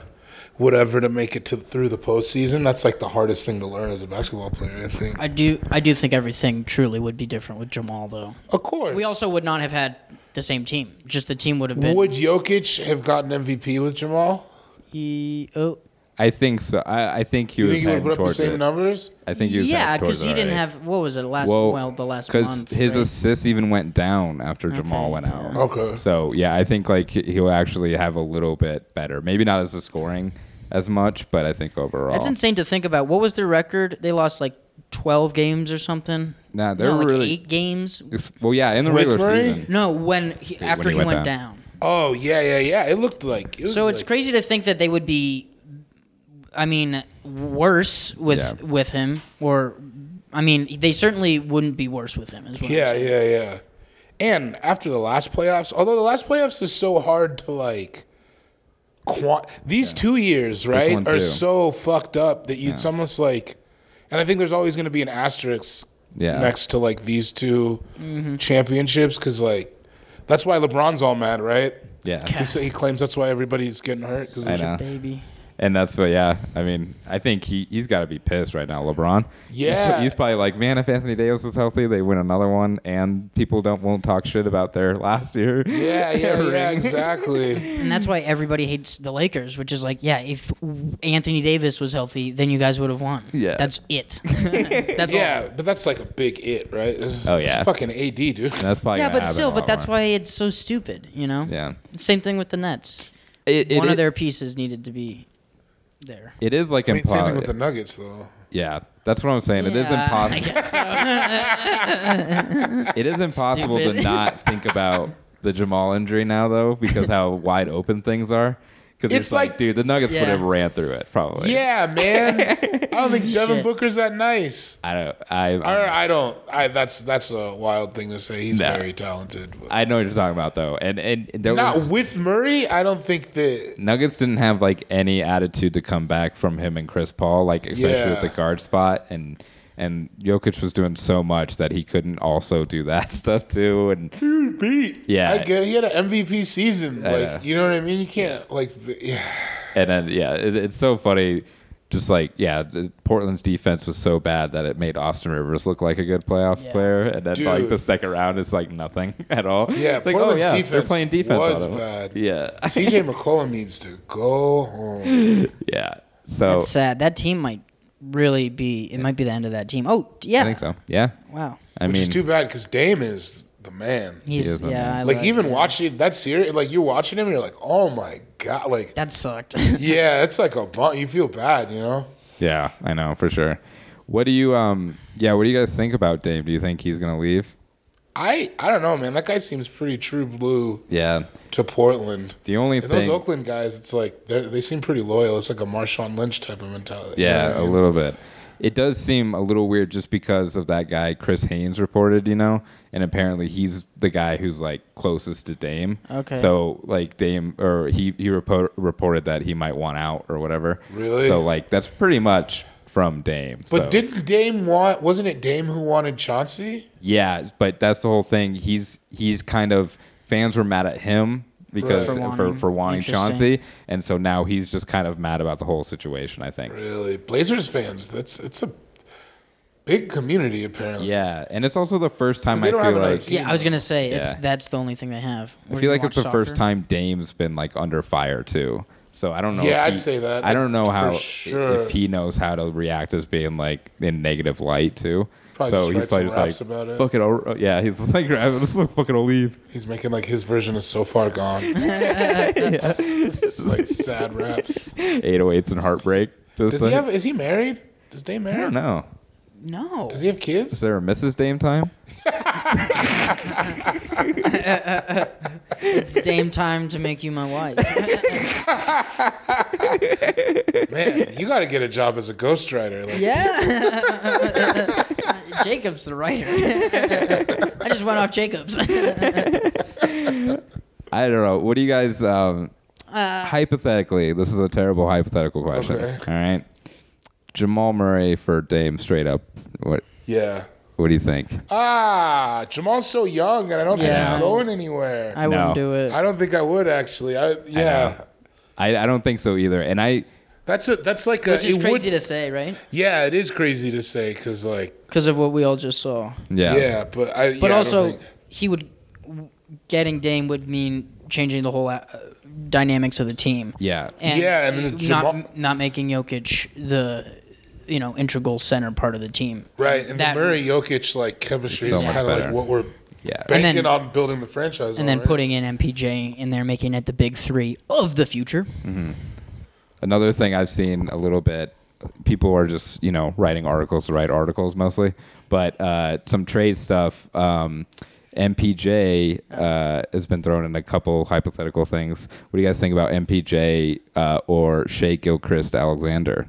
whatever to make it to through the postseason. That's like the hardest thing to learn as a basketball player, I think. I do. I do think everything truly would be different with Jamal, though. Of course. We also would not have had the same team. Just the team would have been. would Jokic have gotten MVP with Jamal? he, oh, I think so. I, I think he You was think he would heading have put up the towards same it. numbers? I think he was yeah, heading towards because he it didn't already. have what was it last? Well, well, the last because month. his right? assists even went down after Jamal went out. Okay. So yeah, I think like he- he'll actually have a little bit better. Maybe not as a scoring as much, but I think overall. That's insane to think about. What was their record? They lost like twelve games or something. Nah, they're No, like really- eight games. It's- well, yeah, in the With regular Murray? season. No, when he, when after he he went went, down. down. Oh yeah, yeah, yeah. It looked like it was So it's like- crazy to think that they would be, I mean, worse with Yeah. with him, or I mean, they certainly wouldn't be worse with him. Is what I'm Yeah, saying. yeah, yeah. And after the last playoffs, although the last playoffs is so hard to like. Quant- these two years, right, one, are too. so fucked up that you, it's almost like, and I think there's always going to be an asterisk Yeah. next to like these 2 championships because like that's why LeBron's all mad, right? Yeah. He, sa- he claims that's why everybody's getting hurt. 'cause I of- know. baby. And that's what, yeah. I mean, I think he, he's got to be pissed right now, LeBron. Yeah. He's probably like, man, if Anthony Davis is healthy, they win another one, and people don't won't talk shit about their [laughs] last year. Yeah, [laughs] yeah, yeah, [laughs] exactly. And that's why everybody hates the Lakers, which is like, yeah, if Anthony Davis was healthy, then you guys would have won. Yeah. that's [laughs] it. that's all. yeah, but that's like a big it, right? It's- Oh, it's yeah. fucking AD, dude. And that's probably Yeah, gonna but happen still, a but lot that's more. why it's so stupid, you know. Yeah. Same thing with the Nets. It, it, One it, of their pieces needed to be there. it is like I mean, same thing impossible. with the Nuggets, though. yeah, that's what I'm saying. It is Yeah, impossible. I guess so. It is impossible to Stupid. [laughs] not think about the Jamal injury now, though, because how wide open things are. Because it's, It's like, like- dude, the Nuggets would Yeah. have ran through it probably. Yeah, [laughs] man. I don't think Devin Shit. Booker's that nice. I don't. I Or I don't. I that's that's a wild thing to say. He's No. very talented. but- I know what you're talking about though, and and there Not was, with Murray. I don't think that. Nuggets didn't have like any attitude to come back from him and Chris Paul, like especially Yeah. at the guard spot, and and Jokic was doing so much that he couldn't also do that [laughs] stuff too, and Beat. Yeah. I get. He had an MVP season. I like know. you know what I mean. You can't like. Yeah. and then yeah, it, it's so funny. Just like yeah, the, Portland's defense was so bad that it made Austin Rivers look like a good playoff Yeah. player, and then like Dude. the second round is like nothing [laughs] at all. Yeah, it's like Portland's oh yeah, they're defense playing defense. was on him. bad. Yeah, [laughs] CJ McCollum needs to go home. yeah. So That's sad. That team might really be. It might be the end of that team. Oh yeah. I think so. Yeah, Wow. I Which mean, is too bad because Dame is the man. He's is a yeah. man. I Like love- even yeah. watching that series, like you're watching him, and you're like, oh my god, like That [laughs] sucked. [laughs] yeah, it's like a bump. You feel bad, you know. yeah, I know for sure. What do you um? Yeah, what do you guys think about Dame? Do you think he's gonna leave? I I don't know, man. That guy seems pretty true blue Yeah. to Portland. The only And those thing. Oakland guys, it's like they're- they seem pretty loyal. It's like a Marshawn Lynch type of mentality. Yeah, a You know what I mean? little bit. It does seem a little weird just because of that guy Chris Haynes reported, you know, and apparently he's the guy who's like closest to Dame. Okay. So like Dame or he he repo- reported that he might want out or whatever. Really? So like that's pretty much from Dame. But so. didn't Dame want? Wasn't it Dame who wanted Chauncey? Yeah, but that's the whole thing. He's he's kind of fans were mad at him because for Right. For wanting, for, wanting- wanting Interesting. Chauncey, and so now he's just kind of mad about the whole situation. I think. Really, Blazers fans. That's it's a big community apparently. Yeah, and it's also the first time 'Cause they I don't feel have another like team. Yeah, I was gonna say it's Yeah. that's the only thing they have. I feel like it's the first time Dame's been like under fire too. So I don't know. Yeah, if I'd he- say that, I don't know for how sure. if he knows how to react as being like in negative light too. Probably so just he's write probably some just raps like, about it. fuck it, I'll, yeah. He's [laughs] like, let's fucking I'll leave. He's making like his version of "So Far Gone." It's just like sad raps. 808s and heartbreak. Just Does like, he have? Is he married? Does Dame marry? I don't know. [laughs] No. Does he have Is kids? there a Mrs. Dame time? It's damn time to make you my wife. [laughs] Man, you got to get a job as a ghostwriter. Like, yeah. [laughs] Jacob's the writer. [laughs] I just went off Jacob's. [laughs] I don't know. What do you guys um, hypothetically? This is a terrible hypothetical question. Okay. All right, Jamal Murray for Dame straight up. What yeah. What do you think? Ah, Jamal's so young, and I don't think Yeah. he's going anywhere. I, I No. wouldn't do it. don't think I would actually. I yeah, I, I don't think so either. And I that's a that's like a Which is it crazy would- to say, right? yeah, it is crazy to say because like Because of what we all just saw. yeah. yeah, but I yeah, I But don't also, think- he would getting Dame would mean changing the whole uh, dynamics of the team. Yeah. And Yeah, and then not Jamal- not making Jokic the you know integral center part of the team. right and that- the Murray Jokic like chemistry So is much kind of like better. what we're Yeah. And then- banking on building the franchise on, And then right? putting in MPJ in there, making it the big three of the future. Another thing I've seen a little bit, people are just, you know, writing articles to write articles mostly, but uh, some trade stuff. Um, MPJ uh, has been thrown in a couple hypothetical things. What do you guys think about MPJ uh, or Shea Gilchrist Alexander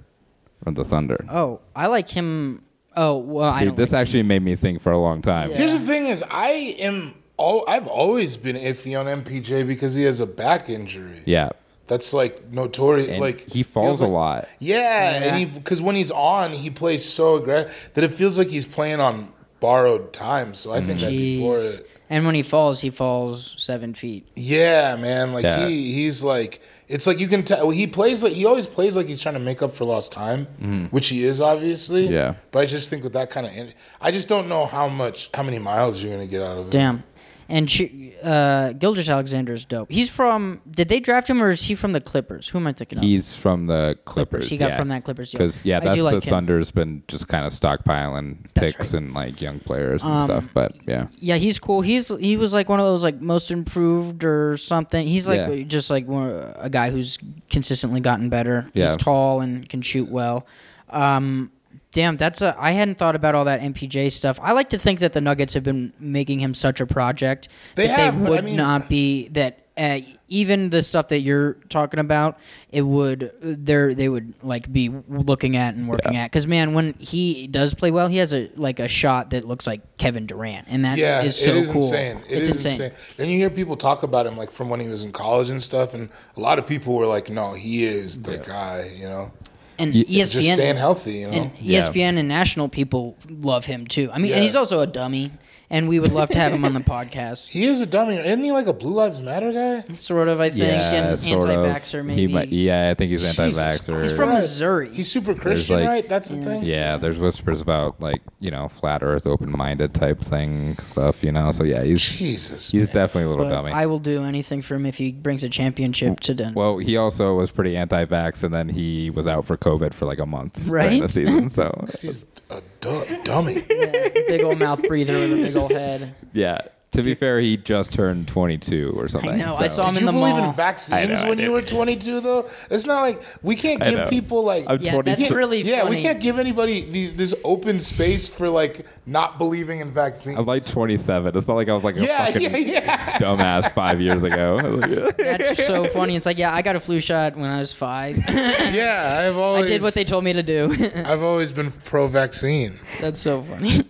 from the Thunder? Oh, I like him. Oh, well, I See, don't this actually made me think for a long time. Yeah. Here's the thing: is I am all I've always been iffy on MPJ because he has a back injury. Yeah. That's like notorious. And like he falls feels like- a lot. Yeah, Yeah. and he because when he's on, he plays so aggressive that it feels like he's playing on borrowed time. So I think that'd be for Mm-hmm. Jeez. it. And when he falls, he falls seven feet. Yeah, man. Like Yeah. he he's like it's like you can tell he plays like he always plays like he's trying to make up for lost time, which he is obviously. Mm-hmm. Yeah. But I just think with that kind of, in- I just don't know how much how many miles you're gonna get out of it. Damn. And she, uh, Gilders Alexander is dope. He's from. Did they draft him or is he from the Clippers? Who am I thinking of? He's from the Clippers. Clippers. He got yeah. from that Clippers deal. Because yeah, I do that's like the him. Thunder's been just kind of stockpiling That's Um, picks and like young players and stuff. But yeah, Yeah, he's cool. He's he was like one of those like most improved or something. He's like Yeah. just like one, a guy who's consistently gotten better. Yeah. He's tall and can shoot well. Um, damn, that's a I hadn't thought about all that MPJ stuff. I like to think that the Nuggets have been making him such a project They that have, they but I would mean- not be that. Uh, even the stuff that you're talking about, it would they they would like be looking at and working at. Because man, when he does play well, he has a like a shot that looks like Kevin Durant, and that Yeah, is so it is cool. insane. It it's is insane. insane. Then you hear people talk about him like from when he was in college and stuff, and a lot of people were like, "No, he is the guy," you know, And E just staying ESPN healthy, you know. and E Yeah. ESPN and national people love him too. I mean, Yeah. and he's also a dummy, and we would love to have him [laughs] on the podcast. he is a dummy, isn't he? Like a Blue Lives Matter guy. Sort of, I think, yeah, and anti-vaxxer maybe. He might, yeah, I think he's anti-vaxxer. He's from Right. Missouri. He's super Christian, like- right? That's the thing. yeah, there's whispers about like you know flat Earth, open-minded type thing stuff. You know, so yeah, he's Jesus, he's definitely a little but dummy. I will do anything for him if he brings a championship to Denver. well, he also was pretty anti-vax, and then he was out for COVID for like a month during Right? the season. So [laughs] he's a du- dummy. [laughs] big old mouth breather with a big old head. yeah, To be fair, he just turned 22 or something. I know. I so- saw him Did in you the believe mall. in vaccines I when you did. were 22, though? It's not like we can't give know. people like I'm yeah, that's 22. really yeah, funny. we can't give anybody the, this open space for like not believing in vaccines. I'm like 27. It's not like I was like a yeah, fucking yeah, yeah. dumbass five years ago. [laughs] [laughs] That's so funny. It's like, yeah, I got a flu shot when I was five. [laughs] Yeah, I've always I did what they told me to do. [laughs] I've always been pro-vaccine. That's so funny.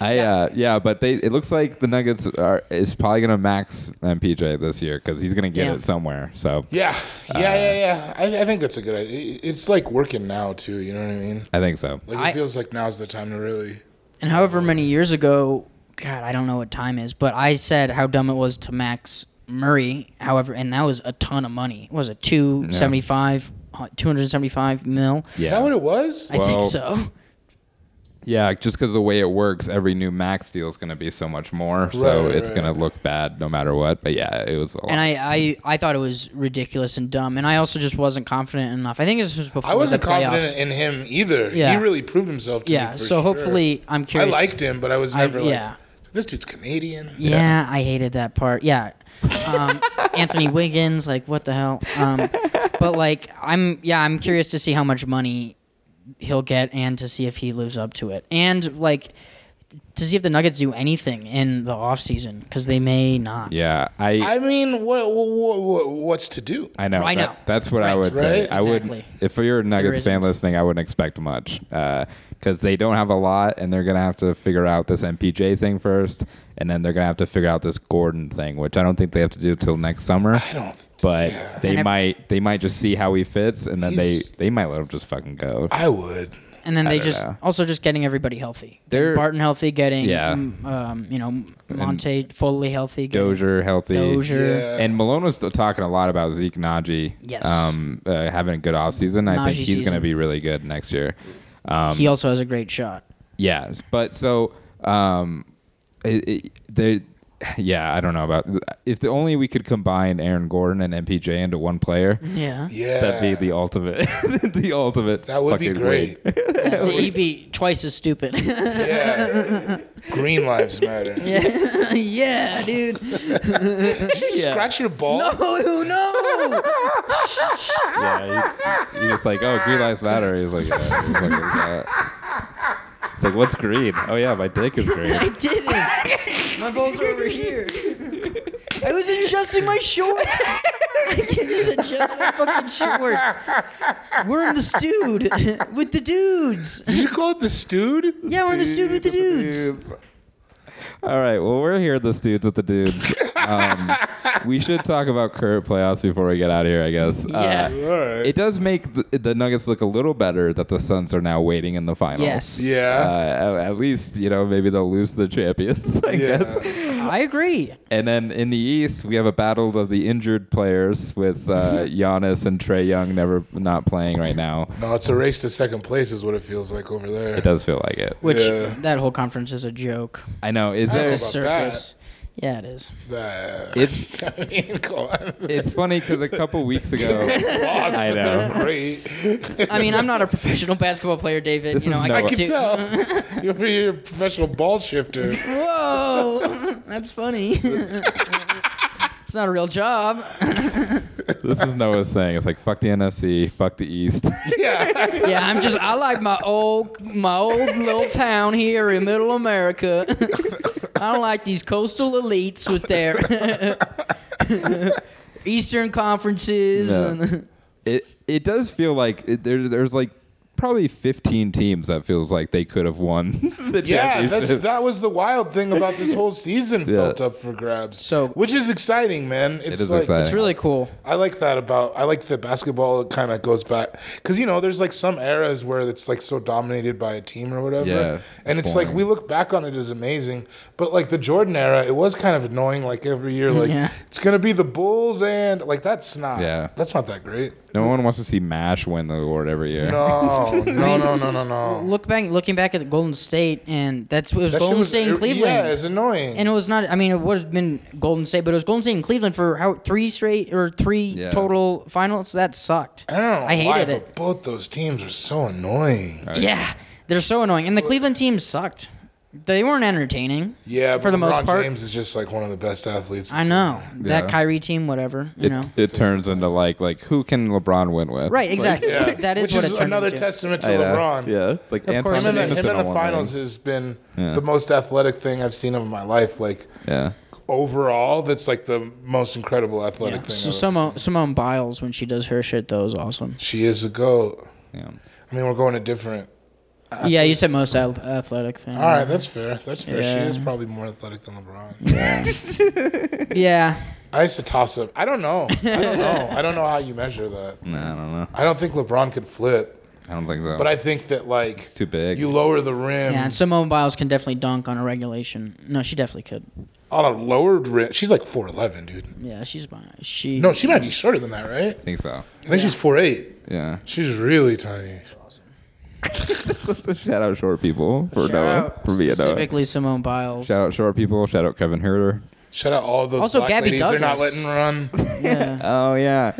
I uh, yeah, but they it looks like the Nuggets are is probably gonna max MPJ this year because he's gonna get Yeah. it somewhere. So Yeah, Uh, yeah, yeah, yeah. I, I think that's a good idea. It- It's like working now too. You know what I mean? I think so. Like it I- feels like now's the time to really. and however many years ago, God, I don't know what time is, but I said how dumb it was to max Murray. However, and that was a ton of money. What was it uh, 275, 275 mil? Yeah, Is that what it was? I think Well- so. yeah, just because the way it works, every new max deal is gonna be so much more. so Right, right, it's right. gonna look bad no matter what. But yeah, it was. A lot. And I, I, I thought it was ridiculous and dumb. And I also just wasn't confident enough. I think this was before I wasn't the playoffs. confident in him either. Yeah. He really proved himself to me. yeah, for so sure. hopefully I'm I curious. liked him, but I was I- never like, yeah. this dude's Canadian. Yeah, I hated that part. Yeah. Um, [laughs] Anthony Wiggins, like what the hell? Um, but like I'm yeah, I'm curious to see how much money he'll get and to see if he lives up to it. And like to see if the Nuggets do anything in the offseason cuz they may not. yeah, I I mean, what, what, what what's to do? I know. I that- know. that's what I Right. would say. Right? I would Exactly. if you're a Nuggets fan isn't. listening, I wouldn't expect much because they don't have a lot, and they're gonna have to figure out this MPJ thing first, and then they're gonna have to figure out this Gordon thing, which I don't think they have to do till next summer. I don't. but they And I- might they might just see how he fits, and then they He's- they might let him just fucking go. I would. And then they don't just know. also just getting everybody healthy. They're- Barton healthy, getting Yeah. um, um, you know Monte Foley healthy, getting Dozier healthy. Dozier. Yeah. And Malone was still talking a lot about Zeke Naji. Yes. Um, uh, having a good offseason. I think Naji he's going to season. be really good next year. he um, also has a great shot. Yes, but so um, it, it, they, yeah, I don't know about if the only we could combine Aaron Gordon and MPJ into one player. Yeah. Yeah. That'd be the ultimate, [laughs] the ultimate. That would be fucking great. [laughs] win. He'd be twice as stupid. Yeah. Green lives matter. [laughs] yeah, dude. [laughs] Scratch your balls. Oh no! Yeah, he, he was like, "Oh, green lives matter." He's like, uh, he's like, uh, "It's like, what's green? Oh yeah, my dick is [laughs] green." I didn't. My balls are over here. I was adjusting my shorts. [laughs] I can just adjust my fucking shorts. We're in the stewed with the dudes. Did you call it the stewed? Yeah, we're in the stewed with the dudes. All right. Well, we're here, at this dudes with the dudes. Um, we should talk about current playoffs before we get out of here, I guess. Uh, Yeah. All right. it does make the, the Nuggets look a little better that the Suns are now waiting in the Yes. finals. Uh, yeah. at- at least you know maybe they'll lose to the champions. [laughs] I Yeah. guess. Uh, I agree. And then in the East, we have a battle of the injured players with [laughs] uh, Giannis and Trey Young never not playing right now. No, it's a race to second place, is what it feels like over there. It does feel like it. Which Yeah. that whole conference is a joke. I know. Is don't there? know It's a about circus. Yeah, it is. Uh, It's [laughs] I mean, come on. it's funny because a couple weeks [laughs] ago, Lost, [laughs] I know. but they're Great. I mean, I'm not a professional basketball player, David. This you know, is I, no- could I can do- tell. You're, you're a professional [laughs] ball shifter. Whoa, [laughs] that's funny. it's not a real job. this is Noah's saying it's like fuck the NFC, fuck the East. [laughs] Yeah. Yeah, I'm just I like my old my old little town here in Middle America. I don't like these coastal elites with their [laughs] Eastern conferences. No. And, it it does feel like it, there, there's like probably 15 teams that feels like they could have won [laughs] the Yeah, championship. that's that was the wild thing about this whole season [laughs] Yeah. felt up for grabs. So- which is exciting, man. It's is like exciting. it's really cool. I like that about I like that basketball kind of goes back because you know there's like some eras where it's like so dominated by a team or whatever, Yeah, and it's it's like boring. we look back on it as amazing, but like the Jordan era, it was kind of annoying. Like every year, like Yeah. it's gonna be the Bulls and like that's not Yeah. that's not that great. no one wants to see Mash win the award every year. No, no, no, [laughs] no, no, no. Look back, looking back at the Golden State, and that's it was That shit Golden was- er, State and Cleveland. Yeah, it's annoying. And it was not. I mean, it would have been Golden State, but it was Golden State and Cleveland for how three straight or three Yeah. total finals. That sucked. I don't know I hated why, it. but both those teams are so annoying. Yeah, they're so annoying, and the Cleveland team sucked. They weren't entertaining. Yeah, For the most LeBron part. James is just like one of the best athletes. I know that Yeah. Kyrie team, whatever you It, know. it turns into like like who can LeBron win with? Right, exactly. Yeah. [laughs] That is Which what is it turned another into. testament to Hey, that- LeBron. Yeah. It's like Of course. Anthony Him in the, Davis him in the won finals one. has been Yeah. the most athletic thing I've seen of my life. Like Yeah. overall, that's like the most incredible athletic thing. So I've- Simone, Simone Biles when she does her shit though is awesome. she is a goat. Yeah. I mean, we're going to different. Yeah, you said most ath- athletic thing. Uh, All right, that's fair. That's fair. Mm-hmm. Yeah. She is probably more athletic than LeBron. [laughs] Yeah, I used to toss up. I don't know. I [laughs] don't know. I don't know how you measure that. No, I don't know. I don't think LeBron could flip, I don't think so. but I think that like too big. You lower the rim yeah. And Simone Biles can definitely dunk on a regulation. No, she definitely could. on a lowered rim. She's like four eleven, dude. Yeah, she's fine. She. No, she might be shorter than that, right? think so. I think she's four eight. Yeah. She's really tiny. So shout out short people for Shout Noah out for being Noah. specifically Simone Biles. Shout out short people. Shout out Kevin Herter. Shout out all those Also, black Gabby ladies. They're not Douglas. letting [laughs] run. [laughs] Yeah. Oh yeah, [laughs]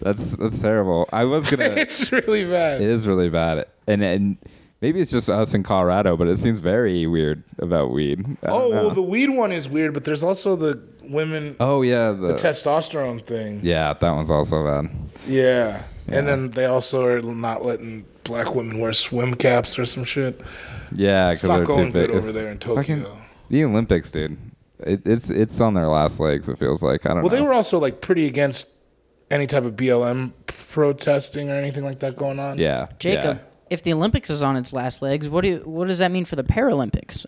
that's that's terrible. I was gonna. it [laughs] it's really bad. is really bad, and and maybe it's just us in Colorado, but it seems very weird about weed. I don't oh know. well, the weed one is weird, but there's also the women oh yeah, the, testosterone thing. yeah, that one's also bad. Yeah. and then they also are not letting black women wear swim caps or some shit. Yeah, It's because they're not going too big. good over there in Tokyo. fucking- the Olympics, dude. It, it's it's on their last legs. It feels like I don't Well, know. they were also like pretty against any type of BLM protesting or anything like that going on. yeah, Jacob, if the Olympics is on its last legs, what do you, what does that mean for the Paralympics?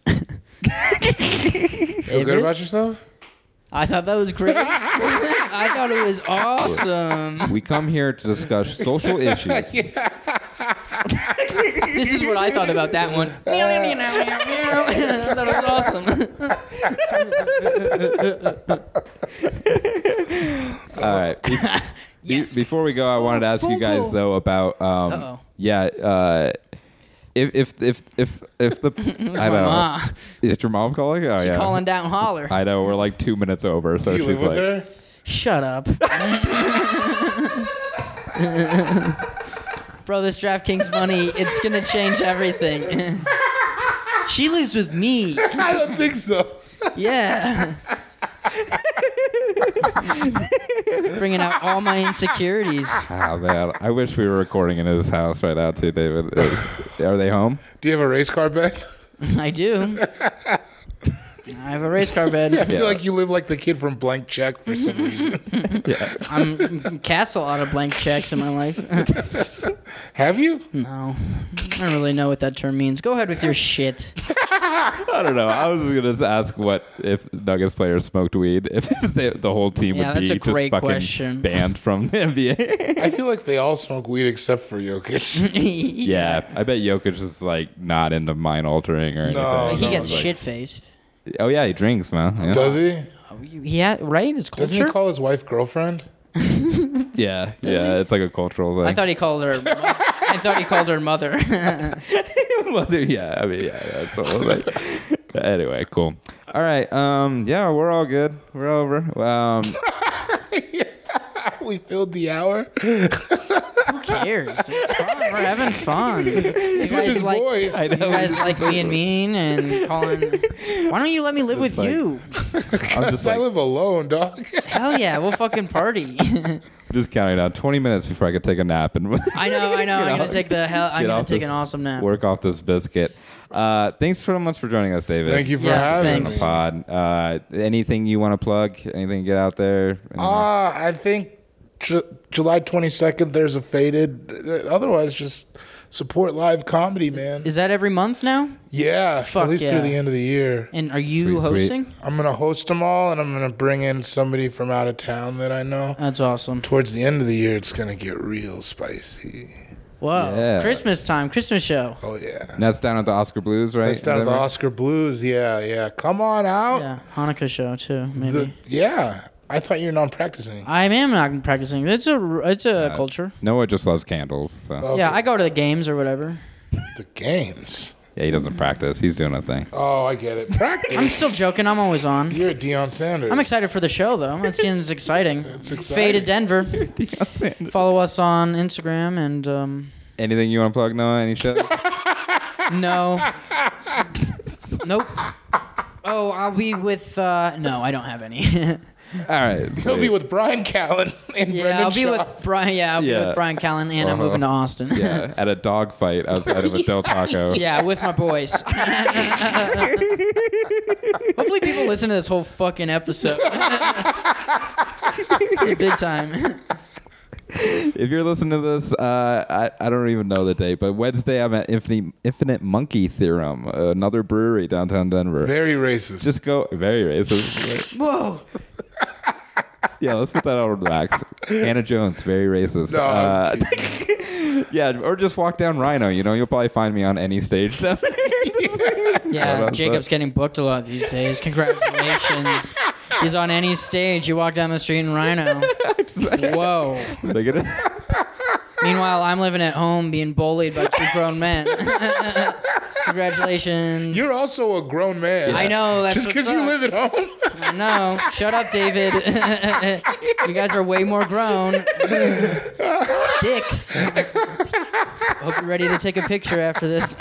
[laughs] Feel good about yourself? I thought that was great. [laughs] I thought it [laughs] was awesome. yeah. We come here to discuss [laughs] social issues. This is what I thought about that [laughs] one. [laughs] I thought it was awesome. All [laughs] right. Be- be- before we go, I wanted to ask you guys Funko. though about um, Uh-oh. yeah. Uh, if if if if if [laughs] the I my don't know. ma. Is your mom calling? Oh, yeah. Calling down holler. I know we're like two minutes over, so Do you she's live with like, her? [laughs] Shut up. [laughs] Bro, this DraftKings money, it's going to change everything. [laughs] she lives with me. I don't think so. [laughs] Yeah. Bringing out all my insecurities. "Ah, man, I wish we were recording in his house right now too, David. Is- are they home? Do you have a race car bed? I do. I have a race car bed. [laughs] I Yeah. feel like you live like the kid from Blank Check for some reason. I'm castle out of blank checks in my life. [laughs] have you? no. Oh, I don't really know what that term means. Go ahead with your shit. I don't know. I was just gonna ask what if Nuggets players smoked weed, if [laughs] they, the whole team Yeah, would be that's a just great fucking question. banned from the NBA. I feel like they all smoke weed except for [laughs] Jokic. [laughs] yeah. yeah, I bet Jokic is like not into mind altering or anything. No, He no. gets Like- shit faced. Oh yeah, he drinks, man. Yeah, Does he? Yeah, right? It's culture. Doesn't he call his wife girlfriend? yeah, yeah, It's like a cultural thing. I [laughs] thought he called her. I thought he called her [laughs] mother. Mother- yeah, I mean, yeah, that's all. [laughs] Like, anyway, cool. All right, um, yeah, we're all good. We're over. [laughs] Um, We filled the hour. Who cares? It's fun. We're having [laughs] fun. You guys His like voice. you guys like being mean and [laughs] calling. Why don't you let me live with like- you? I'm just I like live alone, dog. [laughs] Hell yeah, we'll fucking party. [laughs] just counting down 20 minutes before I could take a nap and [laughs] I know, [laughs] I know. I'm gonna take the hell. I'm Get gonna off take this an awesome nap. work off this biscuit. Uh, thanks so much for joining us, David. Thank you for Yeah, having thanks. me. Pod. Uh, anything you want to plug? Anything get out there? Anything- Uh, I think Ju- July 22nd, there's a faded. uh, Otherwise, just support live comedy, man. Is that every month now? yeah, Fuck at least yeah. through the end of the year. And are you Sweet, sweet. hosting? I'm going to host them all, and I'm going to bring in somebody from out of town that I know. That's awesome. Towards the end of the year, it's going to get real spicy. Whoa, Yeah. Christmas time, Christmas show. Oh, yeah. And that's down at the Oscar Blues, right? That's down at the Whatever? Oscar Blues. Yeah, yeah. Come on [laughs] out. Yeah, Hanukkah show too. Maybe The- yeah. I thought you were non practicing. I am not practicing. It's a it's a culture. Noah just loves candles, so Oh. Yeah, I go to the games or whatever. The games. yeah, he doesn't practice. He's doing a [laughs] thing. Oh, I get it. [laughs] I'm Practice. still joking. I'm always on. You're a Deion Sanders. I'm excited for the show though. It seems [laughs] exciting. It's exciting. Fade to Denver. Follow us on Instagram and um, [laughs] Anything you want to plug, Noah? Any shows? no. Nope. Oh, I'll be with. Uh, no, I don't have any. [laughs] yeah, All right. He'll be sweet. with Brian Callen [laughs] and Brendan I'll be Schaub. with Brian. Yeah, I'll be Yeah. with Brian Callen, and I'm Uh-huh. moving to Austin. yeah, at a dog fight [laughs] outside of a Del Taco. Yeah, with my boys. Hopefully, people listen to this whole fucking episode. Big time. If you're listening to this, uh, I, I don't even know the date, but Wednesday I'm at Infinite, Infinite Monkey Theorem, another brewery downtown Denver. Very racist. Just go very [laughs] racist. Whoa. yeah, let's put that on wax. Hannah Jones, very racist. No, Uh, I'm kidding. yeah, or just walk down Rhino. You know, you'll probably find me on any stage. down there. [laughs] What Yeah, about Jacob's that? getting booked a lot these days. Congratulations. He's on any stage. You walk down the street in Rhino. Whoa. Look at it. Meanwhile, I'm living at home being bullied by two grown men. Congratulations. You're also a grown man. I know. That's Just what because you live at sucks. home? [laughs] I know. Shut up, David. [laughs] you guys are way more grown. Dicks. Hope you're ready to take a picture after this.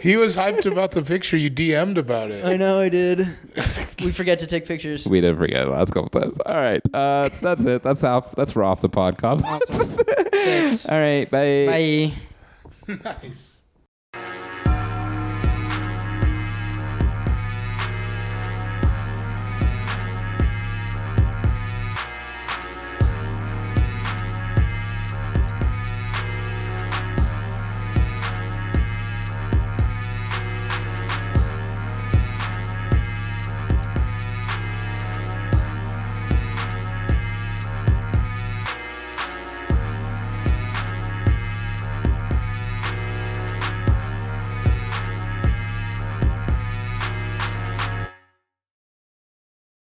he was hyped about the picture. You DM'd [laughs] about it. know I did. We forget to take pictures. We did forget the last couple times. All right, uh, that's it. That's off. [laughs] That's raw off the podcast. Awesome. Thanks. All right, bye. Bye. Nice.